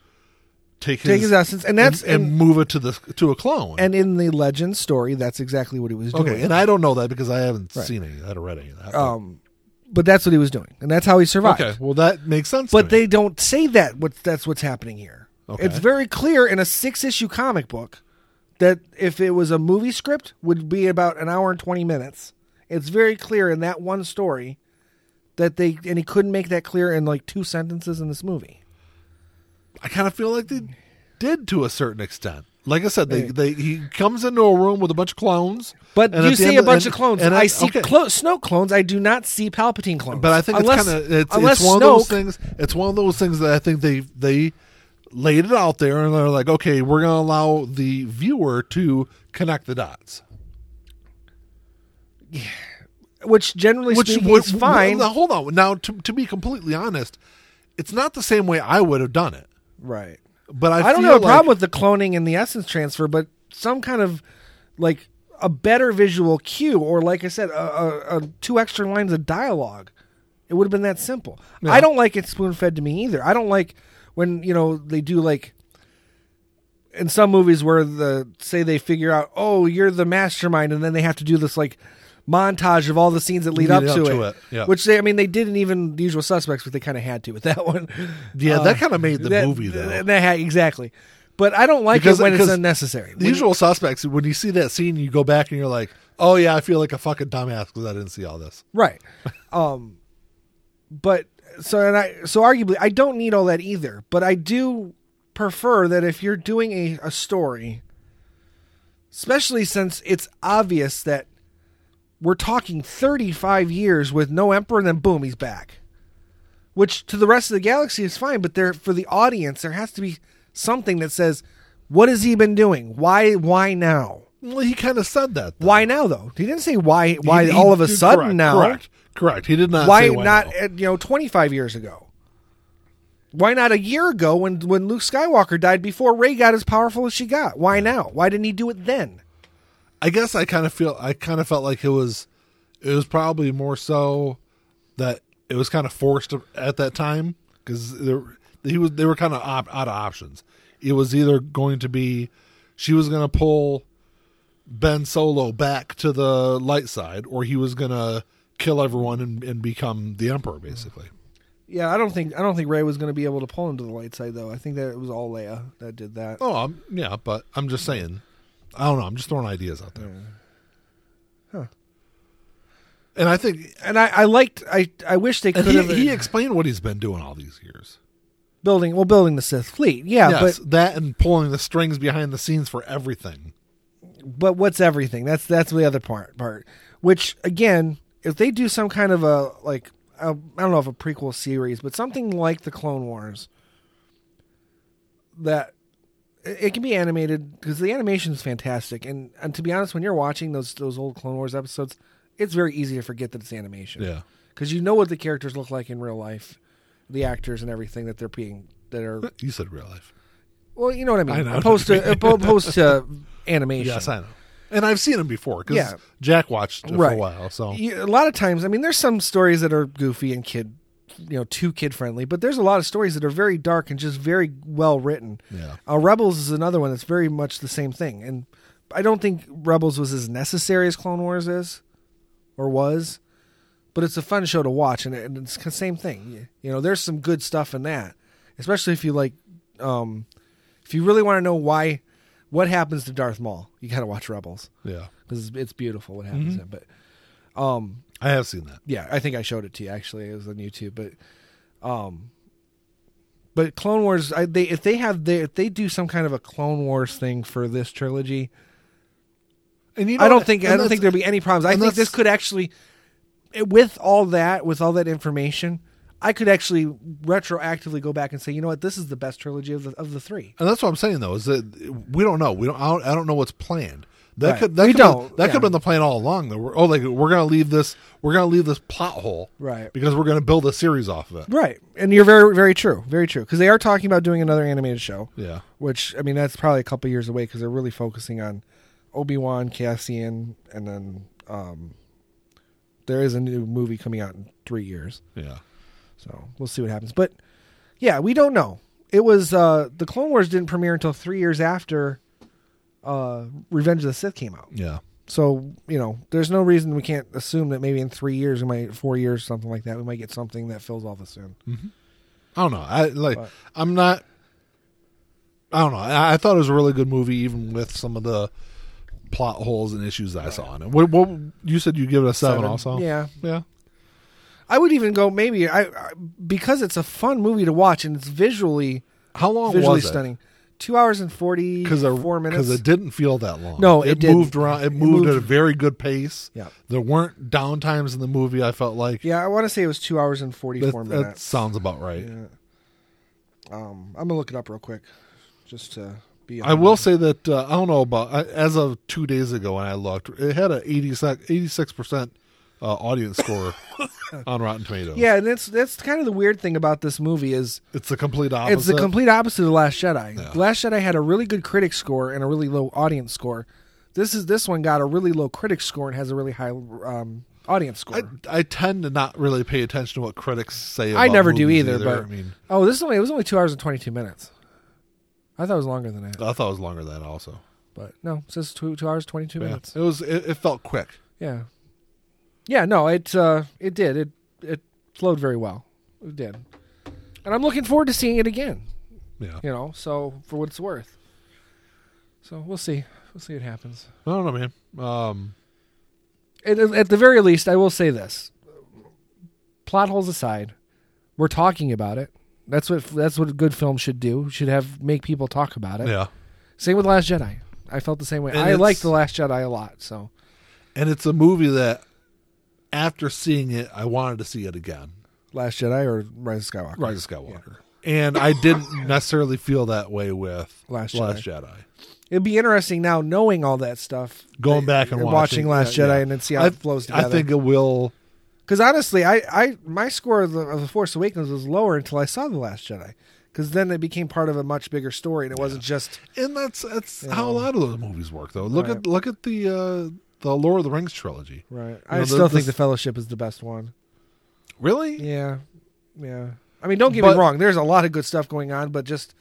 [SPEAKER 1] take his,
[SPEAKER 2] Take his essence, and that's-
[SPEAKER 1] and, and move it to the to a clone.
[SPEAKER 2] And in the legend story, that's exactly what he was doing.
[SPEAKER 1] okay, and I don't know that because I haven't seen any of that or read any of that. but-
[SPEAKER 2] um, but that's what he was doing, and that's how he survived.
[SPEAKER 1] okay, well that makes sense. to
[SPEAKER 2] But
[SPEAKER 1] me.
[SPEAKER 2] they don't say that. What that's what's happening here.
[SPEAKER 1] Okay.
[SPEAKER 2] It's very clear in a six-issue comic book that if it was a movie script, would be about an hour and twenty minutes. It's very clear in that one story that they and he couldn't make that clear in like two sentences in this movie.
[SPEAKER 1] I kind of feel like they did to a certain extent. Like I said, they, they he comes into a room with a bunch of clones,
[SPEAKER 2] But
[SPEAKER 1] and at
[SPEAKER 2] you
[SPEAKER 1] the
[SPEAKER 2] see
[SPEAKER 1] end
[SPEAKER 2] a bunch
[SPEAKER 1] and-
[SPEAKER 2] of clones.
[SPEAKER 1] and
[SPEAKER 2] I see
[SPEAKER 1] okay.
[SPEAKER 2] clo- Snoke clones. I do not see Palpatine clones.
[SPEAKER 1] But I think
[SPEAKER 2] unless,
[SPEAKER 1] it's kind of it's,
[SPEAKER 2] unless
[SPEAKER 1] it's one
[SPEAKER 2] Snoke,
[SPEAKER 1] of those things. It's one of those things that I think they they laid it out there and they're like, okay, we're gonna allow the viewer to connect the dots,
[SPEAKER 2] which generally speaking is
[SPEAKER 1] w-
[SPEAKER 2] fine.
[SPEAKER 1] Now, hold on. Now, to to be completely honest, it's not the same way I would have done it.
[SPEAKER 2] right.
[SPEAKER 1] But I,
[SPEAKER 2] I, don't
[SPEAKER 1] feel
[SPEAKER 2] have a
[SPEAKER 1] like-
[SPEAKER 2] problem with the cloning and the essence transfer, but some kind of like a better visual cue, or like I said, a, a, a two extra lines of dialogue. It would have been that simple. I don't like it spoon fed to me either. I don't like when you know they do like in some movies where the say they figure out oh you're the mastermind and then they have to do this like montage of all the scenes that lead, up, to, it,
[SPEAKER 1] yeah.
[SPEAKER 2] which they i mean they didn't even the usual suspects but they kind of had to with that one Uh,
[SPEAKER 1] Yeah, that kinda made the
[SPEAKER 2] that-
[SPEAKER 1] movie, though.
[SPEAKER 2] that had- exactly but i don't like
[SPEAKER 1] Because-
[SPEAKER 2] it when it's
[SPEAKER 1] because
[SPEAKER 2] unnecessary
[SPEAKER 1] The
[SPEAKER 2] When-
[SPEAKER 1] usual suspects, when you see that scene, you go back and you're like, oh, yeah, I feel like a fucking dumbass because I didn't see all this.
[SPEAKER 2] right um but so and i so arguably i don't need all that either but i do prefer that if you're doing a, a story especially since it's obvious that we're talking 35 years with no emperor and then boom he's back which to the rest of the galaxy is fine but there for the audience there has to be something that says what has he been doing why why now
[SPEAKER 1] Well, he kind of said that. though.
[SPEAKER 2] why now though he didn't say why why
[SPEAKER 1] He- he-
[SPEAKER 2] all of a
[SPEAKER 1] correct,
[SPEAKER 2] sudden now
[SPEAKER 1] Correct. Correct. He did not
[SPEAKER 2] why
[SPEAKER 1] say why
[SPEAKER 2] not
[SPEAKER 1] now.
[SPEAKER 2] uh, you know 25 years ago why not a year ago when when luke skywalker died before ray got as powerful as she got why now why didn't he do it then
[SPEAKER 1] I I guess I kind of feel I kind of felt like it was it was probably more so that it was kind of forced at that time because he was they were kind of op, out of options. It was either going to be she was going to pull Ben Solo back to the light side, or he was going to kill everyone and, and become the emperor basically.
[SPEAKER 2] Yeah, I don't think I don't think Ray was going to be able to pull him to the light side though. I think that it was all Leia that did that.
[SPEAKER 1] Oh I'm, yeah, but I'm just saying. I don't know. I'm just throwing ideas out there.
[SPEAKER 2] Huh.
[SPEAKER 1] And I think
[SPEAKER 2] And I, I liked I I wish they could
[SPEAKER 1] And he,
[SPEAKER 2] have
[SPEAKER 1] he explained what he's been doing all these years.
[SPEAKER 2] building well building the Sith fleet. Yeah,
[SPEAKER 1] yes, that and pulling the strings behind the scenes for everything.
[SPEAKER 2] but but what's everything? That's that's the other part part. Which again, if they do some kind of a like I I don't know if a prequel series, but something like the Clone Wars that it it can be animated because the animation is fantastic. And and to be honest, when you're watching those those old Clone Wars episodes, it's very easy to forget that it's animation.
[SPEAKER 1] Yeah.
[SPEAKER 2] because you know what the characters look like in real life, the actors and everything that they're being that are.
[SPEAKER 1] You said real life.
[SPEAKER 2] Well, you know what I mean.
[SPEAKER 1] I know what
[SPEAKER 2] Opposed
[SPEAKER 1] you
[SPEAKER 2] to opposed to animation.
[SPEAKER 1] Yes, I know. And I've seen him before because
[SPEAKER 2] Yeah.
[SPEAKER 1] Jack watched it for a
[SPEAKER 2] Right.
[SPEAKER 1] while. So
[SPEAKER 2] You- a lot of times, I mean, there's some stories that are goofy and kid, you know, too kid friendly, but there's a lot of stories that are very dark and just very well written.
[SPEAKER 1] yeah,
[SPEAKER 2] Uh, Rebels is another one that's very much the same thing, and I don't think Rebels was as necessary as Clone Wars is, or was, but it's a fun show to watch, and, it- and it's the same thing. You- You know, there's some good stuff in that, especially if you like, um, if you really want to know why, what happens to Darth Maul, you got to watch Rebels
[SPEAKER 1] yeah,
[SPEAKER 2] because it's beautiful what
[SPEAKER 1] Mm-hmm.
[SPEAKER 2] happens. to him. But, um,
[SPEAKER 1] I have seen that.
[SPEAKER 2] yeah, I think I showed it to you actually. It was on YouTube, but um but Clone Wars I, they if they have they if they do some kind of a Clone Wars thing for this trilogy,
[SPEAKER 1] And you
[SPEAKER 2] I don't think
[SPEAKER 1] and
[SPEAKER 2] I don't think
[SPEAKER 1] that's-
[SPEAKER 2] there'll be any problems. I
[SPEAKER 1] and
[SPEAKER 2] think this
[SPEAKER 1] that's-
[SPEAKER 2] could actually eh, with all that, with all that information, I could actually retroactively go back and say, you know what, this is the best trilogy of the of the three.
[SPEAKER 1] and that's what I'm saying though is that we don't know. We don't. I don't, I don't know what's planned. That
[SPEAKER 2] Right.
[SPEAKER 1] could that
[SPEAKER 2] We
[SPEAKER 1] could have-
[SPEAKER 2] don't,
[SPEAKER 1] that could
[SPEAKER 2] yeah.
[SPEAKER 1] have been the plan all along though. We're, oh, like we're gonna leave this. We're gonna leave this plot hole,
[SPEAKER 2] Right.
[SPEAKER 1] Because we're gonna build a series off of it.
[SPEAKER 2] Right. And you're very very true. Very true. Because they are talking about doing another animated show.
[SPEAKER 1] Yeah.
[SPEAKER 2] which I mean that's probably a couple years away because they're really focusing on Obi Wan, Cassian, and then um, there is a new movie coming out in three years,
[SPEAKER 1] Yeah.
[SPEAKER 2] so we'll see what happens. But yeah, we don't know. It was uh, the Clone Wars didn't premiere until three years after uh, Revenge of the Sith came out,
[SPEAKER 1] Yeah.
[SPEAKER 2] so you know there's no reason we can't assume that maybe in three years, we might four years, something like that, we might get something that fills all this in.
[SPEAKER 1] I don't know. I like.
[SPEAKER 2] But-
[SPEAKER 1] I'm not. I don't know. I, I thought it was a really good movie, even with some of the plot holes and issues I saw in it. What, what you said? You give it a seven,
[SPEAKER 2] Seven.
[SPEAKER 1] also?
[SPEAKER 2] Yeah.
[SPEAKER 1] yeah,
[SPEAKER 2] I would even go maybe I, I because it's a fun movie to watch and it's visually
[SPEAKER 1] How long
[SPEAKER 2] visually
[SPEAKER 1] was it?
[SPEAKER 2] stunning. Two hours and forty
[SPEAKER 1] because
[SPEAKER 2] four minutes.
[SPEAKER 1] Because it didn't feel that long.
[SPEAKER 2] No, it didn't.
[SPEAKER 1] moved around. It moved,
[SPEAKER 2] moved-
[SPEAKER 1] at a very good pace.
[SPEAKER 2] Yeah.
[SPEAKER 1] there weren't down times in the movie. I felt like
[SPEAKER 2] yeah, I want to say it was two hours and forty
[SPEAKER 1] that,
[SPEAKER 2] four
[SPEAKER 1] that
[SPEAKER 2] minutes.
[SPEAKER 1] sounds about right.
[SPEAKER 2] Um, I'm gonna look it up real quick, just to be.
[SPEAKER 1] I will say that uh, I don't know about I, as of two days ago when I looked, it had a 86 percent uh, audience score on Rotten Tomatoes.
[SPEAKER 2] Yeah, and that's that's kind of the weird thing about this movie is
[SPEAKER 1] It's the complete opposite.
[SPEAKER 2] it's the complete opposite of Last Jedi.
[SPEAKER 1] Yeah.
[SPEAKER 2] Last Jedi had a really good critic score and a really low audience score. This is this one got a really low critic score and has a really high um, audience score.
[SPEAKER 1] I, I tend to not really pay attention to what critics say. About
[SPEAKER 2] I never do
[SPEAKER 1] movies
[SPEAKER 2] either, but
[SPEAKER 1] I mean,
[SPEAKER 2] oh, this is only it was only two hours and twenty two minutes. I thought it was longer than that,
[SPEAKER 1] I thought it was longer than that. Also,
[SPEAKER 2] but no, it says two two hours twenty two
[SPEAKER 1] Yeah.
[SPEAKER 2] minutes.
[SPEAKER 1] it was. It, it felt quick.
[SPEAKER 2] Yeah, yeah, no, it uh, it did it it flowed very well. It did, and I'm looking forward to seeing it again.
[SPEAKER 1] Yeah,
[SPEAKER 2] You know, so for what it's worth. So we'll see. We'll see what happens.
[SPEAKER 1] I don't know, man. Um,
[SPEAKER 2] At, at the very least, I will say this: plot holes aside, we're talking about it. That's what that's what a good film should do. Should have make people talk about it.
[SPEAKER 1] yeah,
[SPEAKER 2] Same with Last Jedi. I felt the same way.
[SPEAKER 1] And
[SPEAKER 2] I
[SPEAKER 1] it's-
[SPEAKER 2] liked the Last Jedi a lot. So
[SPEAKER 1] and it's a movie that after seeing it, I wanted to see it again.
[SPEAKER 2] Last Jedi or Rise of Skywalker.
[SPEAKER 1] Rise of Skywalker, and I didn't necessarily feel that way with
[SPEAKER 2] Last
[SPEAKER 1] Jedi.
[SPEAKER 2] It'd be interesting now knowing all that stuff.
[SPEAKER 1] Going back and watching
[SPEAKER 2] watching Last
[SPEAKER 1] yeah,
[SPEAKER 2] Jedi
[SPEAKER 1] yeah.
[SPEAKER 2] and then see how it flows
[SPEAKER 1] I
[SPEAKER 2] together.
[SPEAKER 1] think it will
[SPEAKER 2] Because honestly, I, I my score of the, of the Force Awakens was lower until I saw the Last Jedi. Because then it became part of a much bigger story, and it wasn't just
[SPEAKER 1] and that's that's how a lot of those movies work though look at look at the uh the lord of the rings trilogy
[SPEAKER 2] right.
[SPEAKER 1] know,
[SPEAKER 2] I
[SPEAKER 1] the-
[SPEAKER 2] still think
[SPEAKER 1] this-
[SPEAKER 2] the Fellowship is the best one.
[SPEAKER 1] really
[SPEAKER 2] Yeah, yeah. I mean, don't get
[SPEAKER 1] But-
[SPEAKER 2] me wrong. There's a lot of good stuff going on, but just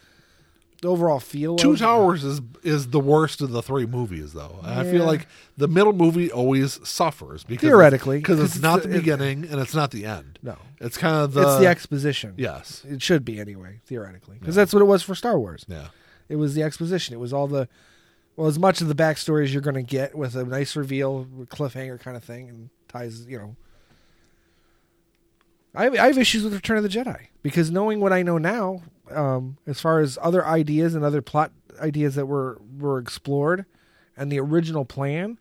[SPEAKER 2] the overall feel.
[SPEAKER 1] two
[SPEAKER 2] of,
[SPEAKER 1] towers is is the worst of the three movies though i feel
[SPEAKER 2] Yeah.
[SPEAKER 1] like the middle movie always suffers because
[SPEAKER 2] Theoretically,
[SPEAKER 1] because it's,
[SPEAKER 2] 'cause it's
[SPEAKER 1] not
[SPEAKER 2] the-
[SPEAKER 1] the
[SPEAKER 2] it-
[SPEAKER 1] beginning and it's not the end
[SPEAKER 2] No,
[SPEAKER 1] it's kind of the
[SPEAKER 2] it's the exposition.
[SPEAKER 1] yes
[SPEAKER 2] it should be anyway, theoretically, because that's what it was for Star Wars.
[SPEAKER 1] yeah
[SPEAKER 2] It was the exposition. It was all the well, as much of the backstory as you're going to get with a nice reveal, cliffhanger kind of thing, and ties. You know, I have, I have issues with Return of the Jedi because knowing what I know now, um, as far as other ideas and other plot ideas that were were explored, and the original plan,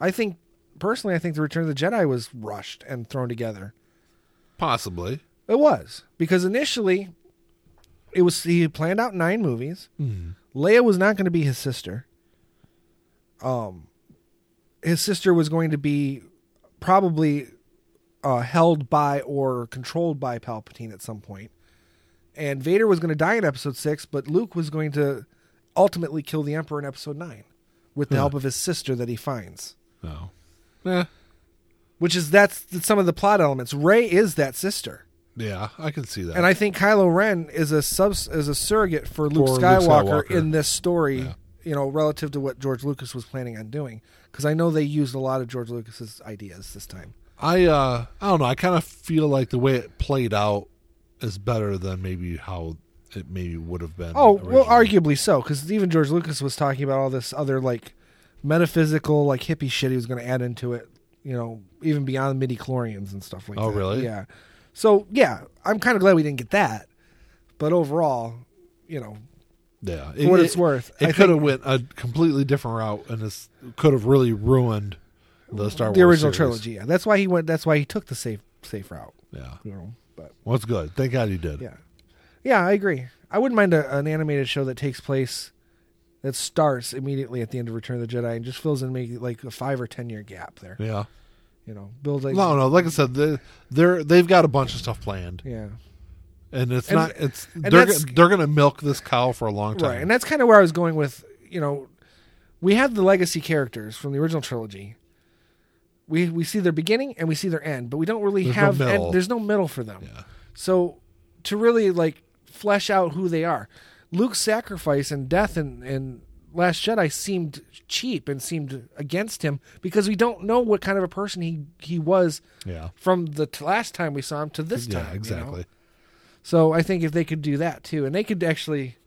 [SPEAKER 2] I think personally, I think the Return of the Jedi was rushed and thrown together.
[SPEAKER 1] possibly
[SPEAKER 2] It was because initially, it was he planned out nine movies. Leia was not going to be his sister. Um, his sister was going to be probably uh, held by or controlled by Palpatine at some point, and Vader was going to die in Episode six, but Luke was going to ultimately kill the Emperor in Episode nine with the
[SPEAKER 1] Huh.
[SPEAKER 2] help of his sister that he finds.
[SPEAKER 1] no Eh. yeah
[SPEAKER 2] Which is that's some of the plot elements. Ray is that sister.
[SPEAKER 1] yeah i can see that
[SPEAKER 2] And I think Kylo Ren is a subs is a surrogate for Luke,
[SPEAKER 1] For Luke
[SPEAKER 2] Skywalker,
[SPEAKER 1] Skywalker.
[SPEAKER 2] in this story.
[SPEAKER 1] Yeah.
[SPEAKER 2] You know, relative to what George Lucas was planning on doing, because I know they used a lot of George Lucas's ideas this time.
[SPEAKER 1] I uh I don't know. I kind of feel like the way it played out is better than maybe how it maybe would have been.
[SPEAKER 2] Oh, well,
[SPEAKER 1] originally.
[SPEAKER 2] arguably so, because even George Lucas was talking about all this other like metaphysical, like hippie shit he was going to add into it. You know, even beyond midi chlorians and stuff like
[SPEAKER 1] Oh,
[SPEAKER 2] that.
[SPEAKER 1] really?
[SPEAKER 2] Yeah. So yeah, I'm kind of glad we didn't get that, but overall, you know,
[SPEAKER 1] yeah.
[SPEAKER 2] for what it's worth,
[SPEAKER 1] it
[SPEAKER 2] I
[SPEAKER 1] could have
[SPEAKER 2] think-
[SPEAKER 1] went a completely different route, and this could have really ruined the Star Wars
[SPEAKER 2] the original
[SPEAKER 1] series.
[SPEAKER 2] trilogy. Yeah, that's why he went. That's why he took the safe safe route.
[SPEAKER 1] Yeah,
[SPEAKER 2] You know, but
[SPEAKER 1] well, it's good. Thank God you did.
[SPEAKER 2] yeah, yeah, I agree. I wouldn't mind a, an animated show that takes place that starts immediately at the end of Return of the Jedi and just fills in maybe like a five or ten year gap there.
[SPEAKER 1] yeah.
[SPEAKER 2] You know, build like
[SPEAKER 1] No, no. Like I said, they, they're they've got a bunch of stuff planned,
[SPEAKER 2] yeah.
[SPEAKER 1] and it's
[SPEAKER 2] And-
[SPEAKER 1] not. It's
[SPEAKER 2] and
[SPEAKER 1] they're
[SPEAKER 2] that's-
[SPEAKER 1] go- they're gonna milk this cow for a long time.
[SPEAKER 2] Right. And that's kind of where I was going with, you know, we have the legacy characters from the original trilogy. We we see their beginning and we see their end, but we don't really
[SPEAKER 1] There's no
[SPEAKER 2] have
[SPEAKER 1] middle.
[SPEAKER 2] and there's no middle for them.
[SPEAKER 1] Yeah.
[SPEAKER 2] So to really like flesh out who they are, Luke's sacrifice and death and and Last Jedi seemed cheap and seemed against him because we don't know what kind of a person he he was
[SPEAKER 1] yeah.
[SPEAKER 2] from the t- last time we saw him to this time.
[SPEAKER 1] Yeah.
[SPEAKER 2] you know?
[SPEAKER 1] Exactly.
[SPEAKER 2] So I think if they could do that too, and they could actually,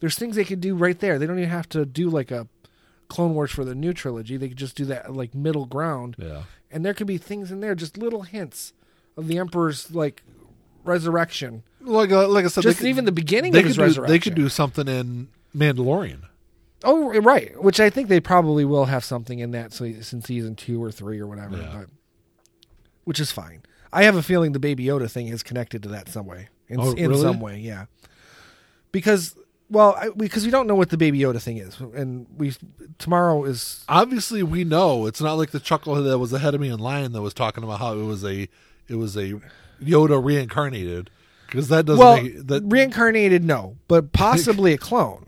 [SPEAKER 2] there's things they could do right there. They don't even have to do like a Clone Wars for the new trilogy. They could just do that like middle ground,
[SPEAKER 1] Yeah.
[SPEAKER 2] and there could be things in there, just little hints of the Emperor's like resurrection,
[SPEAKER 1] Like uh, like I said,
[SPEAKER 2] just
[SPEAKER 1] they could,
[SPEAKER 2] even the beginning
[SPEAKER 1] they
[SPEAKER 2] of
[SPEAKER 1] could
[SPEAKER 2] his
[SPEAKER 1] do,
[SPEAKER 2] resurrection.
[SPEAKER 1] they could do something in Mandalorian.
[SPEAKER 2] Oh, right. Which I think they probably will have something in that so since season two or three or whatever.
[SPEAKER 1] Yeah.
[SPEAKER 2] But, which is fine. I have a feeling the Baby Yoda thing is connected to that some way. In,
[SPEAKER 1] Oh,
[SPEAKER 2] in
[SPEAKER 1] really?
[SPEAKER 2] some way, yeah. Because, well, I, because we don't know what the Baby Yoda thing is. And we tomorrow is.
[SPEAKER 1] obviously we know it's not like the chucklehead that was ahead of me in line that was talking about how it was a it was a Yoda reincarnated because that doesn't
[SPEAKER 2] Well,
[SPEAKER 1] make, that
[SPEAKER 2] reincarnated, no, but possibly a clone.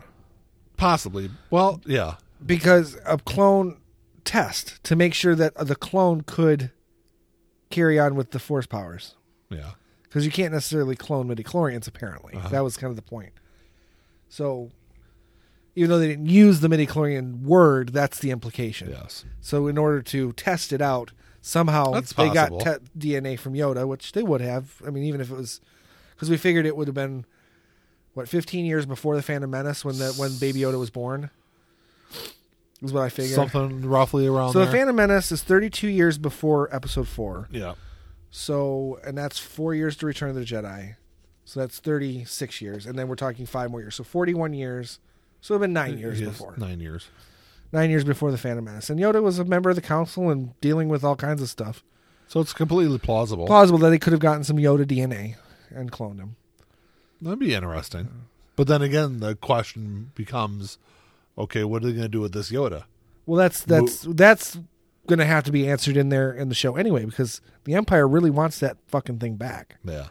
[SPEAKER 1] possibly well yeah
[SPEAKER 2] because a clone test to make sure that the clone could carry on with the force powers.
[SPEAKER 1] yeah
[SPEAKER 2] because you can't necessarily clone midichlorians apparently
[SPEAKER 1] Uh-huh.
[SPEAKER 2] that was kind of the point so even though they didn't use the midichlorian word that's the implication
[SPEAKER 1] yes
[SPEAKER 2] so in order to test it out somehow
[SPEAKER 1] That's
[SPEAKER 2] they got
[SPEAKER 1] possible.
[SPEAKER 2] te- dna from yoda which they would have i mean even if it was because we figured it would have been what 15 years before the phantom menace when the when baby yoda was born is what i figured
[SPEAKER 1] something roughly around
[SPEAKER 2] so the
[SPEAKER 1] there.
[SPEAKER 2] phantom menace is 32 years before episode 4
[SPEAKER 1] yeah
[SPEAKER 2] so, and that's four years to Return of the Jedi. So that's 36 years. And then we're talking five more years. So 41 years. So it'd been nine years
[SPEAKER 1] Yes,
[SPEAKER 2] before.
[SPEAKER 1] nine years
[SPEAKER 2] Nine years before the Phantom Menace. And Yoda was a member of the council and dealing with all kinds of stuff.
[SPEAKER 1] so it's completely plausible
[SPEAKER 2] Plausible that he could have gotten some Yoda DNA and cloned him.
[SPEAKER 1] that'd be interesting but then again the question becomes okay what are they going to do with this Yoda
[SPEAKER 2] Well, that's that's that's going to have to be answered in there in the show anyway because the Empire really wants that fucking thing back.
[SPEAKER 1] Yeah.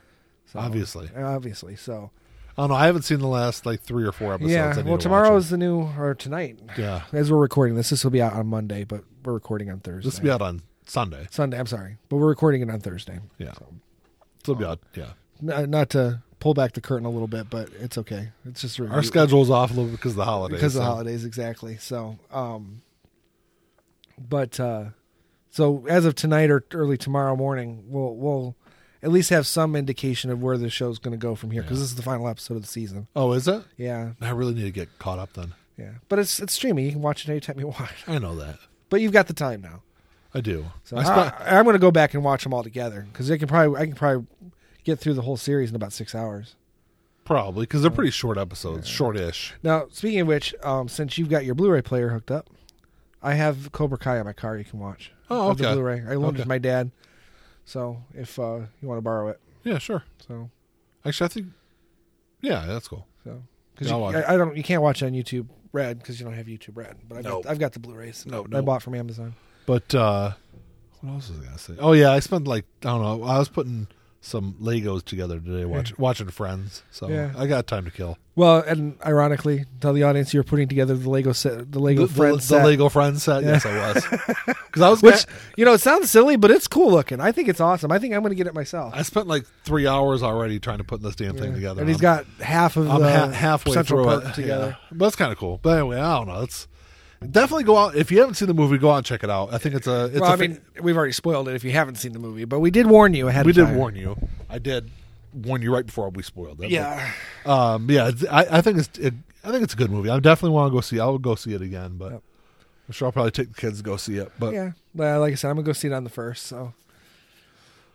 [SPEAKER 1] Obviously.
[SPEAKER 2] Obviously. So,
[SPEAKER 1] I don't know. I haven't seen the last like three or four episodes. I
[SPEAKER 2] yeah.
[SPEAKER 1] need to
[SPEAKER 2] Well,
[SPEAKER 1] watch
[SPEAKER 2] tomorrow
[SPEAKER 1] them.
[SPEAKER 2] is the new, or tonight,
[SPEAKER 1] Yeah.
[SPEAKER 2] as we're recording this. This will be out on Monday, but we're recording on Thursday.
[SPEAKER 1] This will be out on Sunday.
[SPEAKER 2] Sunday. I'm sorry, but we're recording it on Thursday.
[SPEAKER 1] Yeah. This will be out. Yeah.
[SPEAKER 2] N- not to pull back the curtain a little bit, but it's okay. It's just a
[SPEAKER 1] Our uh,
[SPEAKER 2] review.
[SPEAKER 1] schedule's off a little bit because of the holidays.
[SPEAKER 2] because of the
[SPEAKER 1] so-
[SPEAKER 2] holidays exactly so um but uh so as of tonight or early tomorrow morning we'll we'll at least have some indication of where the show's going to go from here because this is the final episode of the season
[SPEAKER 1] Oh, is it?
[SPEAKER 2] yeah
[SPEAKER 1] I really need to get caught up then.
[SPEAKER 2] yeah but it's it's streaming you can watch it anytime you want
[SPEAKER 1] I know that.
[SPEAKER 2] but you've got the time now
[SPEAKER 1] I do.
[SPEAKER 2] so ah.
[SPEAKER 1] I
[SPEAKER 2] I
[SPEAKER 1] spent,
[SPEAKER 2] I, am going to go back and watch them all together because they can probably i can probably get through the whole series in about six hours
[SPEAKER 1] probably because
[SPEAKER 2] Oh.
[SPEAKER 1] they're pretty short episodes, shortish.
[SPEAKER 2] now speaking of which um since you've got your blu-ray player hooked up i have cobra kai on my car you can watch
[SPEAKER 1] Oh,
[SPEAKER 2] of the
[SPEAKER 1] okay.
[SPEAKER 2] Blu-ray. I loaned it
[SPEAKER 1] Okay.
[SPEAKER 2] to my dad. So if uh, you want to borrow it,
[SPEAKER 1] Yeah, sure.
[SPEAKER 2] so
[SPEAKER 1] Actually, I think. Yeah, that's cool.
[SPEAKER 2] so
[SPEAKER 1] Yeah,
[SPEAKER 2] because
[SPEAKER 1] I'll watch it.
[SPEAKER 2] I, I don't, you can't watch it on YouTube Red because you don't have YouTube Red. But I've,
[SPEAKER 1] Nope.
[SPEAKER 2] got, I've got the Blu-rays.
[SPEAKER 1] No,
[SPEAKER 2] that
[SPEAKER 1] no.
[SPEAKER 2] I bought from Amazon.
[SPEAKER 1] But uh what else was I gonna say? Oh yeah, I spent like I don't know. I was putting some Legos together today, watch, watching Friends. So
[SPEAKER 2] Yeah.
[SPEAKER 1] I got time to kill.
[SPEAKER 2] Well, and ironically, tell the audience you're putting together the Lego set, the Lego
[SPEAKER 1] The,
[SPEAKER 2] friend
[SPEAKER 1] the,
[SPEAKER 2] set,
[SPEAKER 1] the Lego Friends set. Yes, I was. Because I was.
[SPEAKER 2] which you know it sounds silly, but it's cool looking. I think it's awesome. I think I'm going to get it myself.
[SPEAKER 1] I spent like three hours already trying to put this damn thing
[SPEAKER 2] Yeah.
[SPEAKER 1] together.
[SPEAKER 2] and he's
[SPEAKER 1] I'm-
[SPEAKER 2] got half of
[SPEAKER 1] I'm
[SPEAKER 2] the
[SPEAKER 1] ha- halfway
[SPEAKER 2] central
[SPEAKER 1] through
[SPEAKER 2] part
[SPEAKER 1] it
[SPEAKER 2] together.
[SPEAKER 1] Yeah. But that's kind of cool. But anyway, I don't know. It's definitely go out if you haven't seen the movie. Go out and check it out. I think it's a. It's
[SPEAKER 2] Well,
[SPEAKER 1] a
[SPEAKER 2] I mean, we've already spoiled it if you haven't seen the movie, but we did warn you ahead.
[SPEAKER 1] we
[SPEAKER 2] of
[SPEAKER 1] did
[SPEAKER 2] time.
[SPEAKER 1] warn you. I did warn you right before we spoiled it. but-
[SPEAKER 2] Yeah.
[SPEAKER 1] Um, yeah, it's- I, I think it's it, I think it's a good movie. I definitely want to go see. I would go see it again, but
[SPEAKER 2] Yep.
[SPEAKER 1] I'm sure I'll probably take the kids to go see it. But
[SPEAKER 2] Yeah, but like I said, I'm gonna go see it on the first, so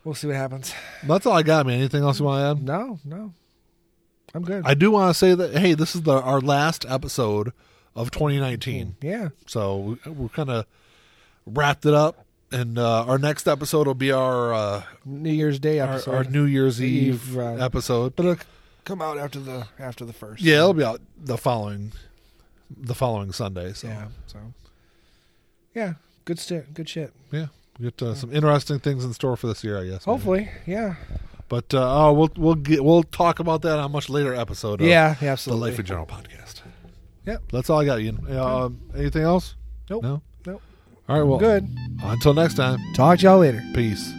[SPEAKER 2] we'll see what happens.
[SPEAKER 1] that's all I got. Man, anything else you want to add?
[SPEAKER 2] No, no, I'm good.
[SPEAKER 1] I do want to say that hey, this is the our last episode of 2019,
[SPEAKER 2] yeah,
[SPEAKER 1] so we, we're kind of wrapped it up, and uh, our next episode will be our uh,
[SPEAKER 2] New Year's Day
[SPEAKER 1] our,
[SPEAKER 2] episode.
[SPEAKER 1] our New Year's Eve,
[SPEAKER 2] Eve, uh,
[SPEAKER 1] episode.
[SPEAKER 2] but it'll come out after the after the first.
[SPEAKER 1] yeah, it'll be out the following the following Sunday. So
[SPEAKER 2] yeah. So yeah, good shit. Good shit.
[SPEAKER 1] yeah, we get uh, some interesting things in store for this year, I guess. man.
[SPEAKER 2] Hopefully, yeah,
[SPEAKER 1] But uh, oh, we'll we'll get, we'll talk about that on a much later episode. Of
[SPEAKER 2] yeah, yeah,
[SPEAKER 1] the
[SPEAKER 2] absolutely.
[SPEAKER 1] Life in General podcast.
[SPEAKER 2] Yep.
[SPEAKER 1] that's all I got. Ian. Uh, anything else?
[SPEAKER 2] Nope.
[SPEAKER 1] No.
[SPEAKER 2] Nope.
[SPEAKER 1] All right. Well,
[SPEAKER 2] Good.
[SPEAKER 1] Until next time.
[SPEAKER 2] Talk to y'all later.
[SPEAKER 1] Peace.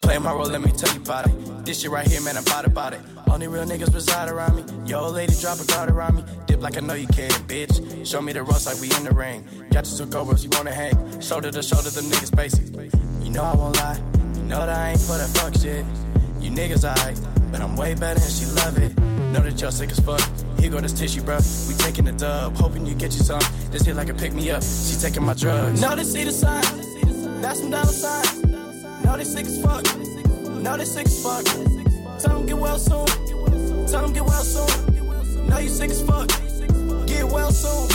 [SPEAKER 3] Play my role, let me tell you about it. This shit right here, man, I'm about about it. Only real niggas reside around me. Yo, lady, drop a guard around me. Dip like I know you can, bitch. Show me the ropes like we in the ring. Got you two GoPros, you wanna hang. Shoulder to shoulder, them niggas faces. You know I won't lie. You know that I ain't for that fuck shit. You niggas alright, but I'm way better and she love it. Know that y'all sick as fuck. Here go this tissue, bruh. We taking the dub, hoping you get you some. This hit like a pick me up. She taking my drugs. Know they see the sign. That's some dollar signs. No, they sick as fuck. No, they sick as fuck. Tell them get well soon. Tell them get well soon. No, you sick as fuck. Get well soon.